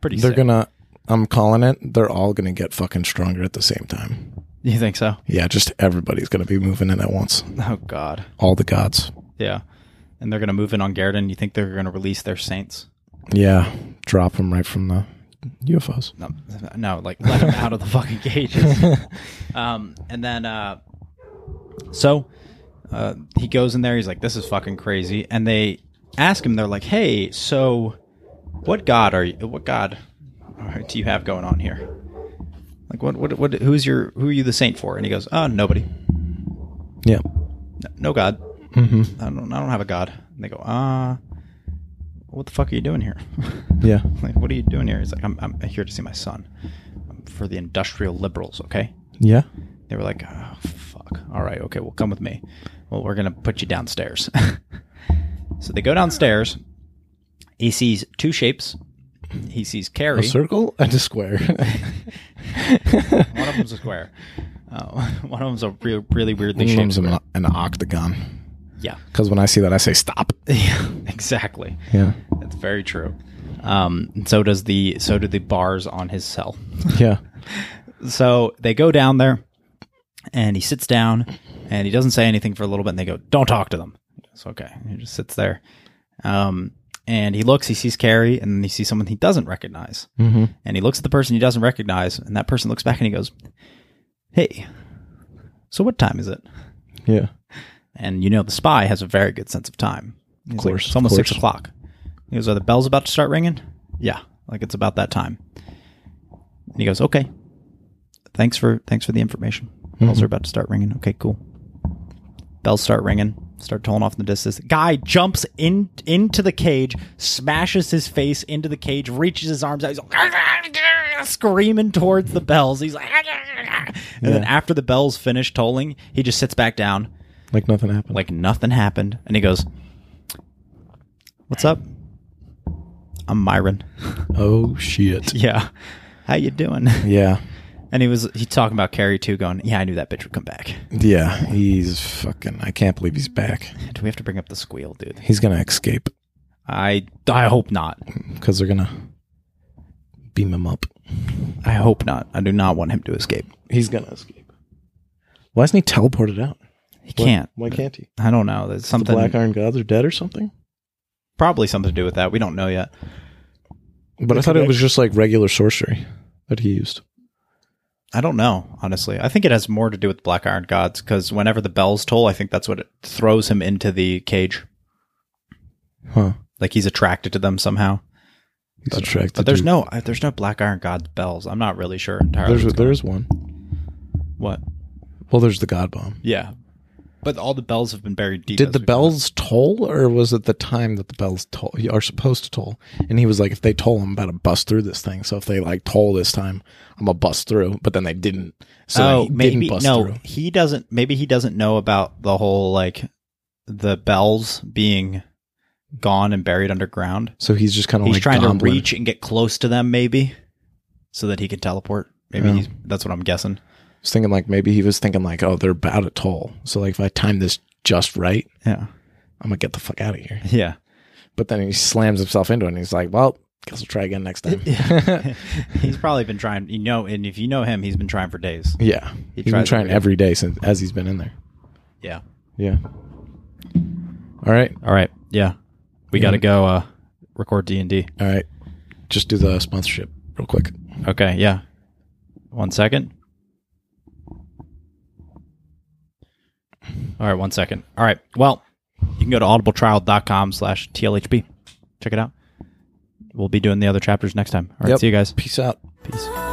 [SPEAKER 1] pretty.
[SPEAKER 2] They're
[SPEAKER 1] sick.
[SPEAKER 2] gonna. I'm calling it. They're all gonna get fucking stronger at the same time.
[SPEAKER 1] You think so?
[SPEAKER 2] Yeah, just everybody's gonna be moving in at once.
[SPEAKER 1] Oh God.
[SPEAKER 2] All the gods.
[SPEAKER 1] Yeah, and they're gonna move in on Garden. You think they're gonna release their saints?
[SPEAKER 2] Yeah, drop them right from the UFOs.
[SPEAKER 1] No, [laughs] no, like let him out of the fucking cages. um, and then, uh, so uh, he goes in there. He's like, "This is fucking crazy." And they ask him, "They're like, hey, so what god are you? What god do you have going on here? Like, what, what, what? Who's your? Who are you the saint for?" And he goes, "Oh, nobody.
[SPEAKER 2] Yeah.
[SPEAKER 1] No, no god.
[SPEAKER 2] Mm-hmm.
[SPEAKER 1] I don't. I don't have a god." And they go, "Ah, what the fuck are you doing here?"
[SPEAKER 2] Yeah.
[SPEAKER 1] like, what are you doing here? He's like, I'm, I'm here to see my son. I'm for the industrial liberals, okay?
[SPEAKER 2] Yeah.
[SPEAKER 1] They were like, oh, fuck. All right, okay, well, come with me. Well, we're going to put you downstairs. [laughs] so they go downstairs. He sees two shapes. He sees Carrie.
[SPEAKER 2] A circle and a
[SPEAKER 1] [laughs]
[SPEAKER 2] square. [laughs]
[SPEAKER 1] one of them's a square. [laughs] Uh, [laughs] one of them's a real, really weirdly
[SPEAKER 2] One of
[SPEAKER 1] shaped.
[SPEAKER 2] them's
[SPEAKER 1] square.
[SPEAKER 2] an, an octagon.
[SPEAKER 1] Yeah.
[SPEAKER 2] Because when I see that, I say stop.
[SPEAKER 1] yeah, [laughs] exactly.
[SPEAKER 2] Yeah.
[SPEAKER 1] That's very true. Um, and so does the so do the bars on his cell. [laughs]
[SPEAKER 2] Yeah.
[SPEAKER 1] So they go down there, and he sits down, and he doesn't say anything for a little bit. And they go, "Don't talk to them." It's okay. He just sits there, um, and he looks. He sees Carrie, and then he sees someone he doesn't recognize. Mm-hmm. And he looks at the person he doesn't recognize, and that person looks back and he goes, "Hey, so what time is it?"
[SPEAKER 2] Yeah.
[SPEAKER 1] And you know, the spy has a very good sense of time. He's like,
[SPEAKER 2] course,
[SPEAKER 1] it's almost
[SPEAKER 2] of
[SPEAKER 1] six
[SPEAKER 2] course.
[SPEAKER 1] o'clock. He goes, Are the bells about to start ringing? Yeah, like it's about that time. And he goes, Okay. Thanks for thanks for the information. Bells
[SPEAKER 2] Mm-hmm.
[SPEAKER 1] are about to start ringing. Okay, cool. Bells start ringing. Start tolling off in the distance. Guy jumps in into the cage, smashes his face into the cage, reaches his arms out. He's like, [laughs] screaming towards the bells. He's like, [laughs] and then after the bells finish tolling, he just sits back down,
[SPEAKER 2] Like nothing happened.
[SPEAKER 1] like nothing happened. And he goes, What's up? I'm Myron. [laughs]
[SPEAKER 2] oh shit.
[SPEAKER 1] yeah. how you doing? [laughs]
[SPEAKER 2] Yeah.
[SPEAKER 1] And he was he talking about Carrie too, going, yeah, I knew that bitch would come back. [laughs]
[SPEAKER 2] Yeah. He's fucking. I can't believe he's back.
[SPEAKER 1] Do we have to bring up the squeal, dude?
[SPEAKER 2] He's gonna escape
[SPEAKER 1] I I hope not.
[SPEAKER 2] because they're gonna beam him up.
[SPEAKER 1] I hope not. I do not want him to escape.
[SPEAKER 2] He's gonna escape. Why isn't he teleported out?
[SPEAKER 1] He can't.
[SPEAKER 2] Why can't he?
[SPEAKER 1] I don't know. There's
[SPEAKER 2] The
[SPEAKER 1] something
[SPEAKER 2] Black Iron Gods are dead or something?
[SPEAKER 1] probably something to do with that. We don't know yet.
[SPEAKER 2] But I thought it was just like regular sorcery that he used.
[SPEAKER 1] I don't know, honestly. I think it has more to do with Black Iron Gods because whenever the bells toll, I think that's what it throws him into the cage.
[SPEAKER 2] Huh.
[SPEAKER 1] Like he's attracted to them somehow.
[SPEAKER 2] He's attracted.
[SPEAKER 1] But there's
[SPEAKER 2] to-
[SPEAKER 1] no I- there's no Black Iron Gods bells. I'm not really sure entirely.
[SPEAKER 2] There's there's one.
[SPEAKER 1] what?
[SPEAKER 2] Well, there's the God Bomb.
[SPEAKER 1] Yeah. But all the bells have been buried deep.
[SPEAKER 2] Did
[SPEAKER 1] as
[SPEAKER 2] the
[SPEAKER 1] we-
[SPEAKER 2] bells toll, or was it the time that the bells toll are supposed to toll? And he was like, "If they toll, I'm about to bust through this thing. So if they like toll this time, I'm gonna bust through." But then they didn't. So
[SPEAKER 1] oh,
[SPEAKER 2] he
[SPEAKER 1] maybe
[SPEAKER 2] didn't bust
[SPEAKER 1] no.
[SPEAKER 2] through.
[SPEAKER 1] He doesn't. Maybe he doesn't know about the whole like the bells being gone and buried underground.
[SPEAKER 2] So he's just kind of
[SPEAKER 1] He's
[SPEAKER 2] like
[SPEAKER 1] trying to
[SPEAKER 2] gobbling.
[SPEAKER 1] reach and get close to them, maybe, so that he can teleport. Maybe
[SPEAKER 2] Yeah.
[SPEAKER 1] he's, that's what I'm guessing.
[SPEAKER 2] I was thinking like maybe he was thinking like, "Oh, they're about to toll. So like if I time this just right,
[SPEAKER 1] Yeah, [laughs]
[SPEAKER 2] I'm gonna get the fuck out of here." [laughs]
[SPEAKER 1] yeah.
[SPEAKER 2] But then he slams himself into it, and he's like, "Well, guess I'll try again next
[SPEAKER 1] [laughs]
[SPEAKER 2] time." [laughs]
[SPEAKER 1] he's probably been trying. You know, and if you know him, he's been trying for days.
[SPEAKER 2] yeah,
[SPEAKER 1] He
[SPEAKER 2] he's been
[SPEAKER 1] tries
[SPEAKER 2] trying every day since as he's been in there.
[SPEAKER 1] Yeah.
[SPEAKER 2] Yeah. All right.
[SPEAKER 1] All right. Yeah, we got to go uh, record D and D.
[SPEAKER 2] All right. Just do the sponsorship real quick.
[SPEAKER 1] Okay. Yeah. One second. All right. One second. All right. Well, you can go to audibletrial.com slash TLHB. Check it out. We'll be doing the other chapters next time. All right.
[SPEAKER 2] Yep.
[SPEAKER 1] See you guys.
[SPEAKER 2] Peace out.
[SPEAKER 1] Peace.
[SPEAKER 3] Peace.